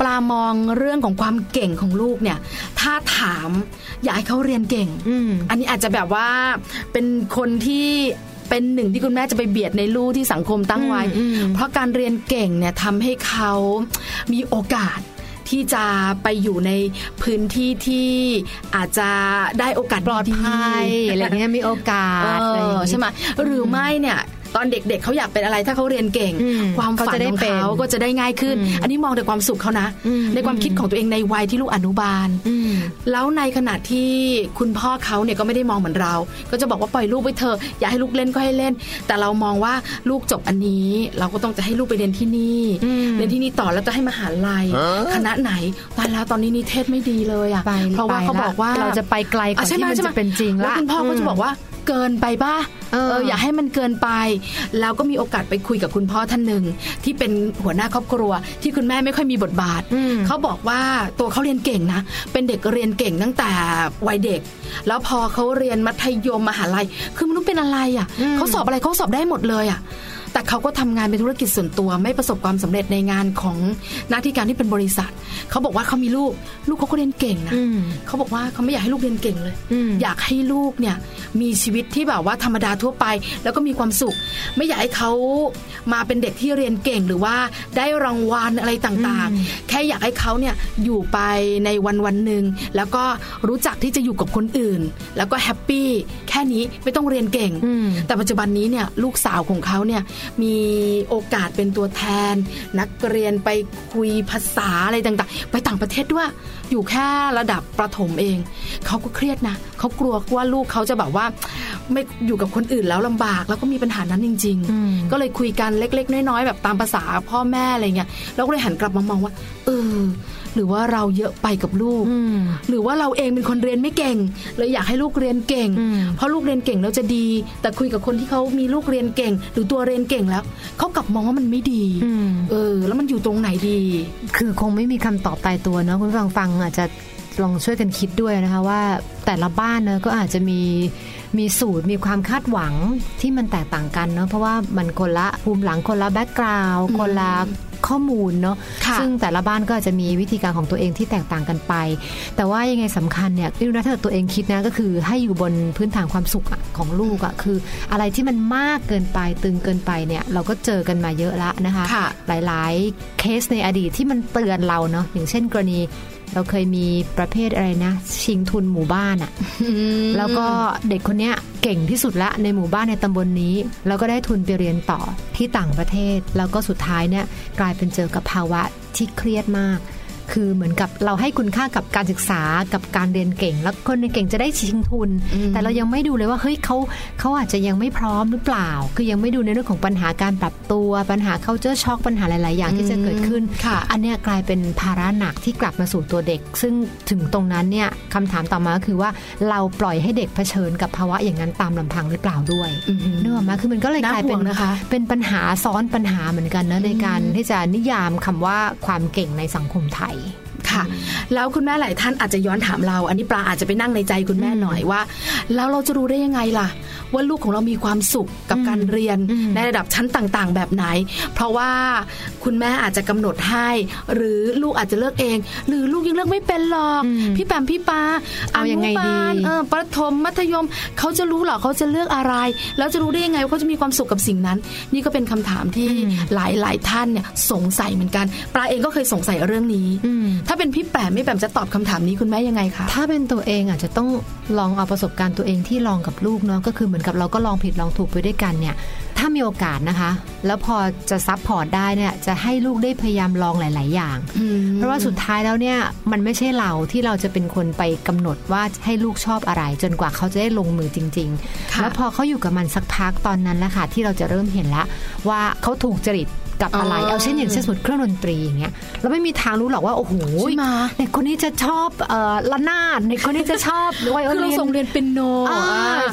ปลามองเรื่องของความเก่งของลูกเนี่ย ถ้าถามอยากให้เขาเรียนเก่ง
อืม
อันนี้อาจจะแบบว่าเป็นคนที่เป็นหนึ่งที่คุณแม่จะไปเบียดในลูกที่สังคมตั้งไว้
อืมอืม
เพราะการเรียนเก่งเนี่ยทำให้เขามีโอกาสที่จะไปอยู่ในพื้นที่ที่อาจจะได้โอกาส
ปลอดภัย
ๆ
อะไรเงี้ยมีโอกา
เอ
สอะไรอย่า
อ
งงี้
ใช่ไหมหรือไม่เนี่ย ตอนเด็กๆเขาอยากเป็นอะไรถ้าเขาเรียนเก่ง
อืม
ความ
เขา
ฝัน
จะได้
ของ
เป็น
เขาก็จะได้ง่ายขึ้น
อืม
อันนี้มองในความสุขเขานะ
อืม
ในความคิดของตัวเองในวัยที่ลูกอนุบาล
อืม
แล้วในขณะที่คุณพ่อเขาเนี่ยก็ไม่ได้มองเหมือนเรา ก็จะบอกว่าปล่อยลูกไปเถอะอยากให้ลูกเล่นก็ให้เล่น แต่เรามองว่าลูกจบอันนี้ เราก็ต้องจะให้ลูกไปเรียนที่นี่
อืม
เรียนที่นี่ต่อแล้วจะให้มหาลัย คณะไหนตายแล้วตอนนี้นิเทศไม่ดีเลยอ่ะ
ไป
เพราะว่าเขาบอกว่า
ไปละเราจะไปไกลกว่า
อ่ใช่ไห
ที่มัน
ใช่ไห
จะเป็นจริงละ
แล้วคุณพ่อก็จะบอกว่าเกินไปป่ะ
เออ
อย่าให้มันเกินไป แล้วก็มีโอกาสไปคุยกับคุณพ่อท่านหนึ่งที่เป็นหัวหน้าครอบครัว ที่คุณแม่ไม่ค่อยมีบทบาท
อืม
เขาบอกว่าตัวเขาเรียนเก่งนะ เป็นเด็กเรียนเก่งตั้งแต่วัยเด็ก แล้วพอเขาเรียนมัธยมมหาลัย คือมันรู้เป็นอะไรอะ่ะ
อืม
เขาสอบอะไรเขาสอบได้หมดเลยอะ่ะ แต่เขาก็ทำงานเป็นธุรกิจส่วนตัว ไม่ประสบความสำเร็จในงานของหน้าที่การที่เป็นบริษัท เขาบอกว่าเขามีลูก ลูกเขาก็เรียนเก่งนะ
อืม
เขาบอกว่าเขาไม่อยากให้ลูกเรียนเก่งเลย
อืม
อยากให้ลูกเนี่ยมีชีวิตที่แบบว่าธรรมดาทั่วไป แล้วก็มีความสุข ไม่อยากให้เขามาเป็นเด็กที่เรียนเก่งหรือว่าได้รางวัลอะไรต่างๆ แค่อยากให้เขาเนี่ยอยู่ไปในวันวันๆหนึ่งแล้วก็รู้จักที่จะอยู่กับคนอื่น แล้วก็แฮปปี้แค่นี้ไม่ต้องเรียนเก่ง
อืม
แต่ปัจจุบันนี้เนี่ยลูกสาวของเขาเนี่ยมีโอกาสเป็นตัวแทน นักเรียนไปคุยภาษาอะไรต่างๆ ไปต่างประเทศด้วยอยู่แค่ระดับประถมเอง เขาก็เครียดนะเขากลัวว่าลูกเขาจะแบบว่า ไม่อยู่กับคนอื่นแล้วลำบาก แล้วก็มีปัญหานั้นจริง
อืม
ๆ ก็เลยคุยกันเล็ก ๆ น้อยๆแบบตามภาษาพ่อแม่อะไรเงี้ยแล้วก็เลยหันกลับมามองว่าเออ หรือว่าเราเยอะไปกับลูก
อืม
หรือว่าเราเองเป็นคนเรียนไม่เก่งเลยอยากให้ลูกเรียนเก่ง
อืม
เพราะลูกเรียนเก่งแล้วจะดี แต่คุยกับคนที่เขามีลูกเรียนเก่ง หรือตัวเรียนเก่งแล้วเขากลับมองว่ามันไม่ดี
อืม
เออ แล้วมันอยู่ตรงไหนดี
คือคงไม่มีคำตอบตายตัวเนาะคุณผู้ฟังฟังอาจจะลองช่วยกันคิดด้วยนะคะว่าแต่ละบ้านเนอะก็อาจจะมีมีสูตรมีความคาดหวังที่มันแตกต่างกันเนาะเพราะว่ามันคนละภูมิหลังคนละแบ็กกราวด์คนละข้อมูลเนาะ
ค่ะ
ซึ่งแต่ละบ้านก็อาจจะมีวิธีการของตัวเองที่แตกต่างกันไป แต่ว่ายังไงสำคัญเนี่ยนิวนะถ้าเกิดตัวเองคิดนะก็คือให้อยู่บนพื้นฐานความสุขอะของลูกอะคืออะไรที่มันมากเกินไปตึงเกินไปเนี่ยเราก็เจอกันมาเยอะละนะคะ
ค่ะ
หลาย ๆ เคสในอดีตที่มันเตือนเราเนาะอย่างเช่นกรณี เราเคยมีประเภทอะไรนะ ชิงทุนหมู่บ้านอะแล้วก็เด็กคนเนี้ยเก่งที่สุดละในหมู่บ้านในตำบลนนี้ แล้วก็ได้ทุนไปเรียนต่อที่ต่างประเทศ แล้วก็สุดท้ายเนี่ยกลายเป็นเจอกับภาวะที่เครียดมาก คือเหมือนกับเราให้คุณค่ากับการศึกษากับการเรียนเก่ง แล้วคนเรียนเก่งจะได้ชิงทุน แต่เรายังไม่ดูเลยว่าเฮ้ยเขาเขาอาจจะยังไม่พร้อมหรือเปล่า คือยังไม่ดูในเรื่องของปัญหาการปรับตัวปัญหา culture shock ปัญหาหลาย ๆ อย่างที่จะเกิดขึ้น
ค่ะ
อันเนี้ยกลายเป็นภาระหนักที่กลับมาสู่ตัวเด็ก ซึ่งถึงตรงนั้นเนี่ยคำถามต่อมาก็คือว่าเราปล่อยให้เด็กเผชิญกับภาวะอย่างนั้นตามลำพังหรือเปล่าด้วย
อืม
เนื้ออกไหมาคือมันก็เลย
น่าก
ลายเป็
ห่
น
วงนะคะ
เป็นปัญหาซ้อนปัญหาเหมือนกันนะในการที่จะนิยามคำว่าความเก่งในสังคมไทย
ค่ะ แล้วคุณแม่หลายท่านอาจจะย้อนถามเรา อันนี้ปลาอาจจะไปนั่งในใจคุณแม่หน่อยว่า แล้วเราจะรู้ได้ยังไงล่ะ ว่าลูกของเรามีความสุขกับการเรียน
อืม
ในระดับชั้นต่างๆ แบบไหน เพราะว่าคุณแม่อาจจะกำหนดให้ หรือลูกอาจจะเลือกเอง หรือลูกยังเลือกไม่เป็นหรอกพี่แปมพี่ปา
เอายังไง
นุ
ดี
บลเออประถมมัธยมเขาจะรู้เหรอเขาจะเลือกอะไร แล้วจะรู้ได้ยังไงว่าเขาจะมีความสุขกับสิ่งนั้น นี่ก็เป็นคำถามที่หลายๆท่านเนี่ยสงสัยเหมือนกันปลาเองก็เคยสงสัยเรื่องนี้
อืม
ถ้าเป็นพี่แปมพี่แปมจะตอบคำถามนี้คุณแม่ยังไงคะ
ถ้าเป็นตัวเองอาจจะต้องลองเอาประสบการณ์ตัวเองที่ลองกับลูกเนาะก็คือเหมือนกับเราก็ลองผิดลองถูกไปด้วยกันเนี่ยถ้ามีโอกาสนะคะ แล้วพอจะซัพพอร์ตได้เนี่ยจะให้ลูกได้พยายามลองหลาย ๆ อย่าง เพราะว่าสุดท้ายแล้วเนี่ยมันไม่ใช่เราที่เราจะเป็นคนไปกำหนดว่าให้ลูกชอบอะไร จนกว่าเขาจะได้ลงมือจริง ๆ
ค่ะ
แล้วพอเขาอยู่กับมันสักพักตอนนั้นแหละค่ะที่เราจะเริ่มเห็นละว่าเขาถูกจริตกับอะไร เอาเช่นอย่างเช่นสมมติเครื่องดนตรีอย่างเงี้ยเราไม่มีทางรู้หรอกว่าโอ้โห
ใช่ไหม
เด็กคนนี้จะชอบเอ่อละนาดเด็กคนนี้จะช
[LAUGHS]
อบไวโอ
คือ
ลิ
เรา
น
ส่งเรียนเป็นโน
อ่า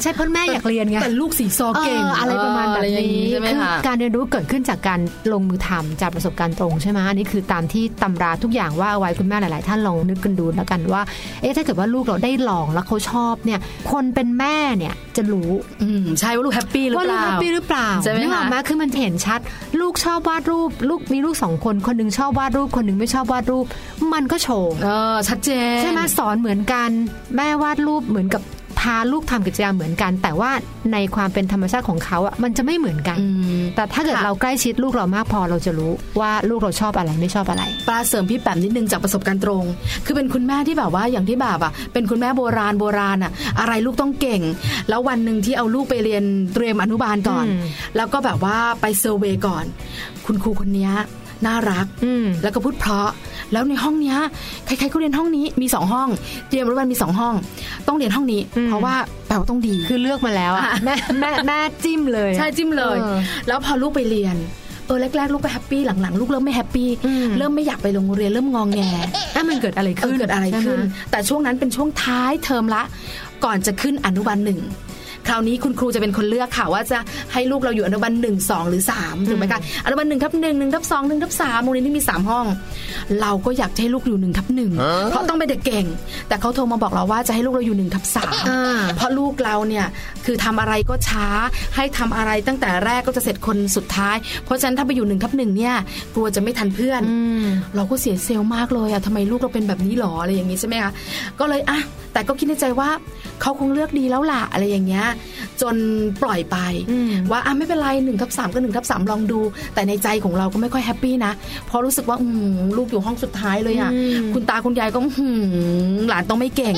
ใช่เพ่อแม่อยากเรียนไง
แต่ลูกสีซอเก่ง
เอออะไรประมาณแบบ
อออไรอย่ง
นี้
ใช่ไหม
คือ
คะ
การเรียนรู้เกิดขึ้นจากการลงมือทำจากประสบการณ์ตรงใช่ไหมอันนี้คือตามที่ตำราทุกอย่างว่าเอาไว้คุณแม่หลาย ๆ ท่านลองนึกกันดูแล้วกันว่า เอ๊ะถ้าเกิดว่าลูกเราได้ลองแล้วเขาชอบเนี่ย คนเป็นแม่เนี่ยจะรู้
อืมใช่ว่าลูกแฮปปี้หรือ
ว่า
เป
ลูก
ล่า
แฮปปี้หรือเปล่า
ใช่ไหมคะ
นึกออกไหมคือมันเห็นชัด ลูกชอบวาดรูป ลูกมีลูกสองคน คนหนึงชอบวาดรูป คนหนึงไม่ชอบวาดรูป มันก็โชว์
เออชัดเจน
ใช่ไหมสอนเหมือนกันแม่วาดรูปเหมือนกับพาลูกทำกิจกรรมเหมือนกัน แต่ว่าในความเป็นธรรมชาติของเขาอ่ะมันจะไม่เหมือนกัน
อืม
แต่ถ้าเกิด
ค่ะ
เราใกล้ชิดลูกเรามากพอเราจะรู้ว่าลูกเราชอบอะไรไม่ชอบอะไร
ปลาเสริมพี่แปมนิดนึงจากประสบการณ์ตรง คือเป็นคุณแม่ที่แบบว่าอย่างที่แบบอ่ะ เป็นคุณแม่โบราณโบราณอ่ะ อะไรลูกต้องเก่ง แล้ววันหนึ่งที่เอาลูกไปเรียนเตรียมอนุบาลก่อน
อืม
แล้วก็แบบว่าไปเซอร์เวย์ก่อน คุณครูคนเนี้ยน่ารัก
อืม
แล้วก็พูดเพราะ แล้วในห้องเนี้ยใครๆก็เรียนห้องนี้มีสองห้อง เตรียมรัฐบาลมีสองห้อง ต้องเรียนห้องนี้
อืม
เพราะว่าแปลว่าต้องดี
คือเลือกมาแล้วอะ
อ่ะ
แม่แม่แม่จิ้มเลยอะ
ใช่จิ้มเลย
เออ
แล้วพอลูกไปเรียน เออแรกๆลูกก็แฮปปี้หลังๆ ลูกเริ่มไม่แฮปปี้
อืม
เริ่มไม่อยากไปโรงเรียนเริ่มงองแง
อ่ะมันเกิดอะไร
เออ
ขึ้
นเกิดอะไรขึ้น
ใช่หม
แต่ช่วงนั้นเป็นช่วงท้ายเทอมละ ก่อนจะขึ้นอนุบาลหนึ่ง คราวนี้คุณครูจะเป็นคนเลือกค่ะว่าจะให้ลูกเราอยู่อนุบาลหนึ่งสองหรือสามถูกไหมคะอนุบาลหนึ่งทับหนึ่งหนึ่งทับสองหนึ่งทับสามโรงเรียนที่มีสามห้อง เราก็อยากจะให้ลูกอยู่หนึ่งทับหนึ่งเพราะต้องเป็นเด็กเก่ง แต่เขาโทรมาบอกเราว่าจะให้ลูกเราอยู่หนึ่งทับสาม
อ่า
เพราะลูกเราเนี่ยคือทำอะไรก็ช้า ให้ทำอะไรตั้งแต่แรกก็จะเสร็จคนสุดท้าย เพราะฉะนั้นถ้าไปอยู่หนึ่งทับหนึ่งเนี่ยกลัวจะไม่ทันเพื่อน
อืม
เราก็เสียเซลล์มากเลยอะทำไมลูกเราเป็นแบบนี้หรออะไรอย่างนี้ใช่ไหมคะ ก็เลยอะแต่ก็คิดในใจว่าเขาคงเลือกดีแล้วล่ะอะไรอย่างเงี้ย จนปล่อยไป
อืม
ว่าอ่ะไม่เป็นไรหนึ่งทับสามก็หนึ่งทับสามลองดู แต่ในใจของเราก็ไม่ค่อยแฮปปี้นะ เพราะรู้สึกว่าอืมลูกอยู่ห้องสุดท้ายเลยอะคุณตาคุณยายก็หืมหลานต้องไม่เก่ง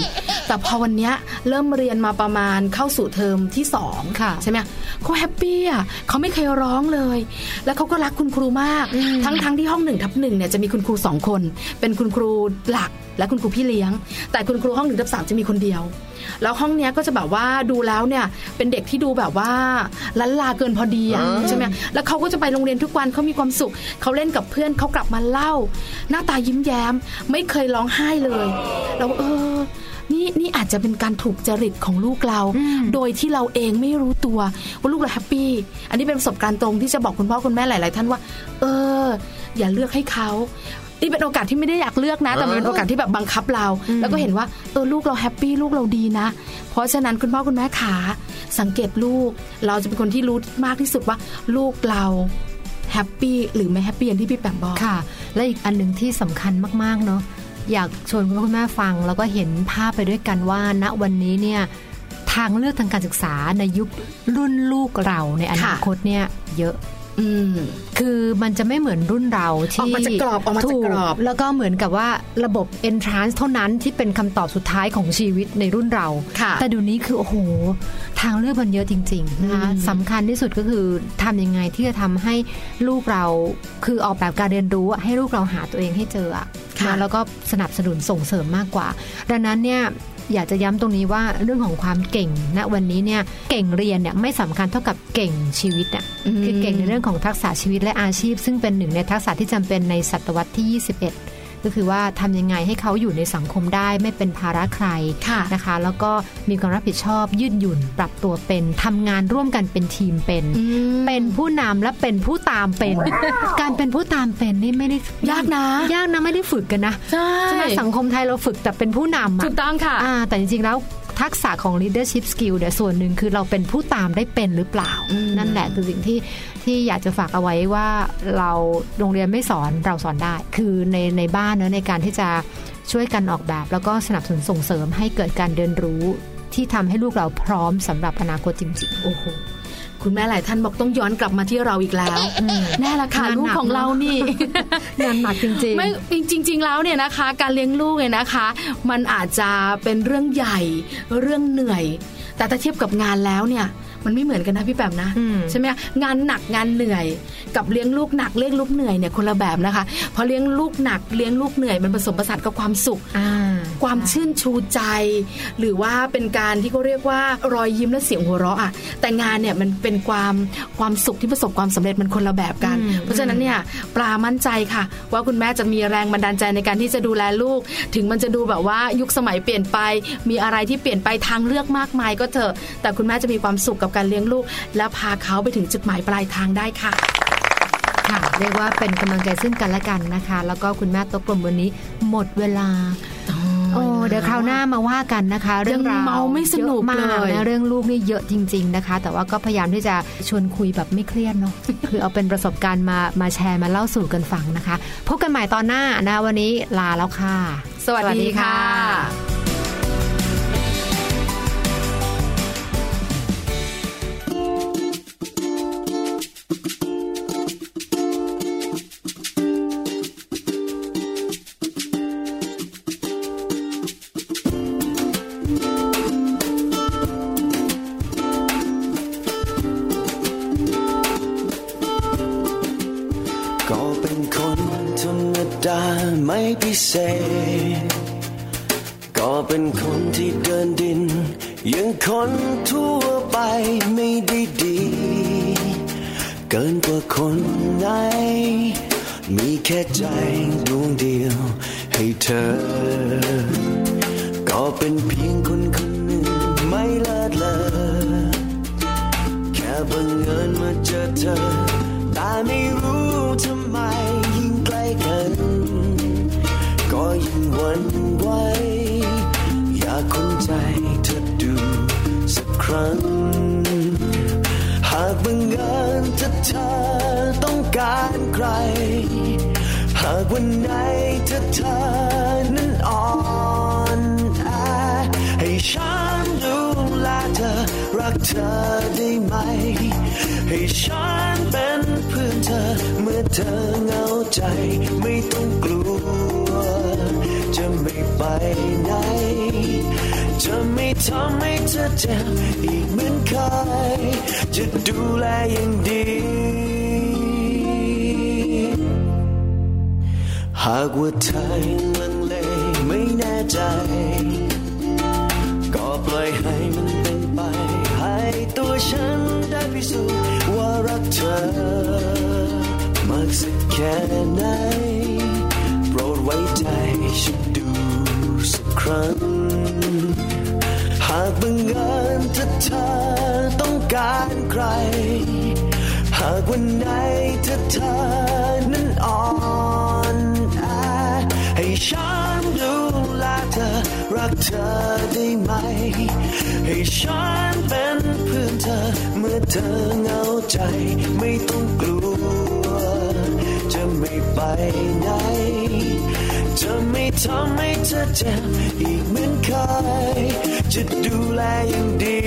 แต่พอวันเนี้ยเริ่มเรียนมาประมาณเข้าสู่เทอมที่สอง
ค่ะ
ใช่ไหมเขาแฮปปี้อะเขาไม่เคยร้องเลย แล้วเขาก็รักคุณครูมาก ทั้งทั้งที่ห้องหนึ่งทับหนึ่งเนี่ยจะมีคุณครูสองคน เป็นคุณครูหลักและคุณครูพี่เลี้ยง แต่คุณครูห้องหนึ่งทับสามจะมีคนเดียว แล้วห้องเนี้ยก็จะแบบว่าดูแล้วเนี่ย เป็นเด็กที่ดูแบบว่าลันลาเกินพอดีอ่ะใช่ไหมแล้วเขาก็จะไปโรงเรียนทุกวันเขามีความสุขเขาเล่นกับเพื่อนเขากลับมาเล่า หน้าตายิ้มแย้ม ไม่เคยร้องไห้เลยเราก็เออ นี่นี่อาจจะเป็นการถูกจริตของลูกเรา โดยที่เราเองไม่รู้ตัวว่าลูกเราแฮปปี้ อันนี้เป็นประสบการณ์ตรงที่จะบอกคุณพ่อคุณแม่หลาย ๆ ท่านว่า เออ อย่าเลือกให้เขา นี่เป็นโอกาสที่ไม่ได้อยากเลือกนะ แต่มันเป็นโอกาสที่แบบบังคับเรา แล้วก็เห็นว่าเออลูกเราแฮปปี้ลูกเราดีนะ เพราะฉะนั้นคุณพ่อคุณแม่ขาสังเกตลูก เราจะเป็นคนที่รู้มากที่สุดว่าลูกเราแฮปปี้หรือไม่แฮปปี้อย่างที่พี่แปมบอก
ค่ะ และอีกอันหนึ่งที่สำคัญมากๆเนาะอยากชวนคุณพ่อคุณแม่ฟัง แล้วก็เห็นภาพไปด้วยกันว่าณวันนี้เนี่ยทางเลือกทางการศึกษาในยุครุ่นลูกเราในอนาคตเนี่ยเยอะ
อืม
คือมันจะไม่เหมือนรุ่นเราที่
ออกมาจากกรอบออกมาจาก
ถู
กรอบ
แล้วก็เหมือนกับว่าระบบ entrance เท่านั้นที่เป็นคำตอบสุดท้ายของชีวิตในรุ่นเรา
ค่ะ
แต่เดี๋ยวนี้คือโอ้โห ทางเลือกมันเยอะจริงๆนะคะสำคัญที่สุดก็คือทำยังไงที่จะทำให้ลูกเราคือออกแบบการเรียนรู้อะให้ลูกเราหาตัวเองให้เจออะ
ค่ะ
นะแล้วก็สนับสนุนส่งเสริมมากกว่า ดังนั้นเนี่ยอยากจะย้ำตรงนี้ว่าเรื่องของความเก่งณวันนี้เนี่ยเก่งเรียนเนี่ยไม่สำคัญเท่ากับเก่งชีวิตอะ
อืม
คือเก่งในเรื่องของทักษะชีวิตและอาชีพ ซึ่งเป็นหนึ่งในทักษะที่จำเป็นในศตวรรษที่ 21 ก็คือว่าทำยังไงให้เขาอยู่ในสังคมได้ไม่เป็นภาระใคร
ค่ะ
นะคะแล้วก็มีความรับผิดชอบยืดหยุ่น ปรับตัวเป็นทำงานร่วมกันเป็นทีมเป็น เป็นผู้นำและเป็นผู้ตามเป็น การเป็นผู้ตามเป็นนี่ไม่ได้
ยากนะ
ยากนะไม่ได้ฝึกกันนะ
ใช่
ใช่ไหมสังคมไทยเราฝึกแต่เป็นผู้นำ
ถู
อะ
กต้องค่ะ
อ่าแต่จริงๆแล้วทักษะของ leadership skill เนี่ยส่วนหนึ่งคือเราเป็นผู้ตามได้เป็นหรือเปล่า
อืม
นั่นแหละคือสิ่งที่ที่อยากจะฝากเอาไว้ว่าเราโรงเรียนไม่สอนเราสอนได้ คือในในบ้านเนอะในการที่จะช่วยกันออกแบบ แล้วก็สนับสนุนส่งเสริมให้เกิดการเรียนรู้ ที่ทำให้ลูกเราพร้อมสำหรับอนาคตจริงๆ
โอ้โห คุณแม่หลายท่านบอกต้องย้อนกลับมาที่เราอีกแล้ว แน่ละค่ะ
งานหนัก
ลูกของเรานี่
งานหนักจริง
ไม่จริงจริง ๆ แล้วเนี่ยนะคะ การเลี้ยงลูกเนี่ยนะคะ มันอาจจะเป็นเรื่องใหญ่ เรื่องเหนื่อย แต่ถ้าเทียบกับงานแล้วเนี่ย มันไม่เหมือนกันนะพี่แปมนะ
อืม
ใช่ไหมคะงานหนักงานเหนื่อย กับเลี้ยงลูกหนักเลี้ยงลูกเหนื่อยเนี่ยคนละแบบนะคะเพราะเลี้ยงลูกหนักเลี้ยงลูกเหนื่อยมันผสมผสานกับความสุข
ๆอ่า
ความชื่นชูใจ หรือว่าเป็นการที่เขาเรียกว่ารอยยิ้มและเสียงหัวเราะอ่ะแต่งานเนี่ยมันเป็นความความสุขที่ประสบความสำเร็จมันคนละแบบกัน
อืม
เพราะฉะนั้นเนี่ยปลามั่นใจค่ะ ว่าคุณแม่จะมีแรงบันดาลใจในการที่จะดูแลลูก ถึงมันจะดูแบบว่ายุคสมัยเปลี่ยนไป มีอะไรที่เปลี่ยนไปทางเลือกมากมายก็เถอะ แต่คุณแม่จะมีความสุขกับการเลี้ยงลูก และพาเขาไปถึงจุดหมายปลายทางได้ค่ะ
ค่ะเรียกว่าเป็นกำลังใจซึ่งกันและกันนะคะ แล้วก็คุณแม่ตกกลมวันนี้หมดเวลา โอ้เดี๋ยวคราวหน้ามาว่ากันนะคะ เรื่องรา
ยัง
ว
เมาไม่สนุก
ยอะมาก
เลย
นะเรื่องลูกนี่เยอะจริง ๆนะคะ แต่ว่าก็พยายามที่จะชวนคุยแบบไม่เครียดเนาะ [LAUGHS] คือเอาเป็นประสบการณ์มามาแชร์มาเล่าสู่กันฟังนะคะ พบกันใหม่ตอนหน้านะคะวันนี้ลาแล้วค่ะ
สวัสดีค่ะ
ก็เป็นคนธรรมดาไม่พิเศษ ก็เป็นคนที่เดินดินยังคนทั่วไปไม่ได้ดี เกินกว่าคนไหน มีแค่ใจดวงเดียวให้เธอ ก็เป็นเพียงคนคนหนึ่งไม่เลิศเลอ แค่บังเอิญมาเจอเธอ แต่ไม่รู้ทำไมยิ่งใกล้กัน ก็ยิ่งหวันไหว อยากคุ้นใจเธอดูสักครั้ง หากบังเอิญถ้าเธอต้องการใคร หากวันไหนถ้าเธอนั้นอ่อนแอให้ฉันดูแลเธอ รักเธอได้ไหม ให้ฉันเป็นเพื่อนเธอ เมื่อเธอเหงาใจ ไม่ต้องกลัว จะไม่ไปไหน จะไม่ทำให้เธอเจ็บอีกเหมือนเคย จะดูแลอย่างดี หากว่าเธอยังลังเลไม่แน่ใจ ก็ปล่อยให้มันเป็นไปให้ สุดว่ารักเธอมากสักแค่ไหน โปรดไว้ใจฉันดูสักครั้ง หากบังเอิญถ้าเธอต้องการใคร หากวันไหนถ้าเธอนั้นอ่อนแอให้ฉันดูแลเธอ รักเธอได้ไหม ให้ฉันเป็นเพื่อนเธอ เมื่อเธอเหงาใจไม่ต้องกลัว จะไม่ไปไหน จะไม่ทำให้เธอเจ็บอีกเหมือนเคย จะดูแลอย่างดี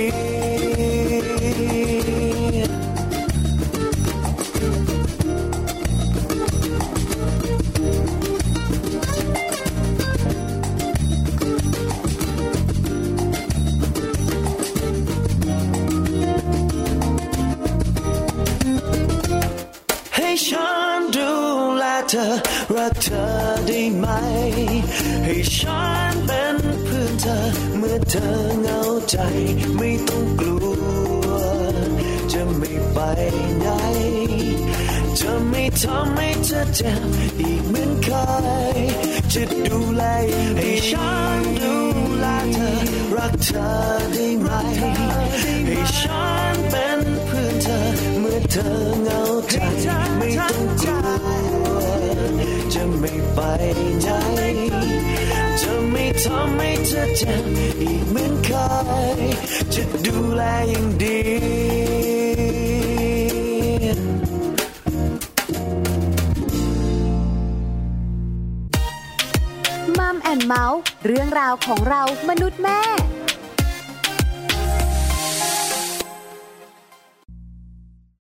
ให้ฉันดูแลเธอ รักเธอได้ไหม ให้ฉันเป็นเพื่อนเธอ เมื่อเธอเหงาใจไม่ต้องกลัว จะไม่ไปไหน จะไม่ทำให้เธอเจ็บอีกเหมือนเคย จะดูแลให้ฉันดูแลเธอ รักเธอได้ไหม ให้ฉันเป็นเพื่อนเธอ เมื่อเธอเหงาใจไม่ต้องกลัวจะไม่ไปไหนจะไม่ทำให้เธอเจ็บอีกเหมือนเคยจะดูแลอย่างดี
มัมแอนเมาส์เรื่องราวของเรามนุษย์แม่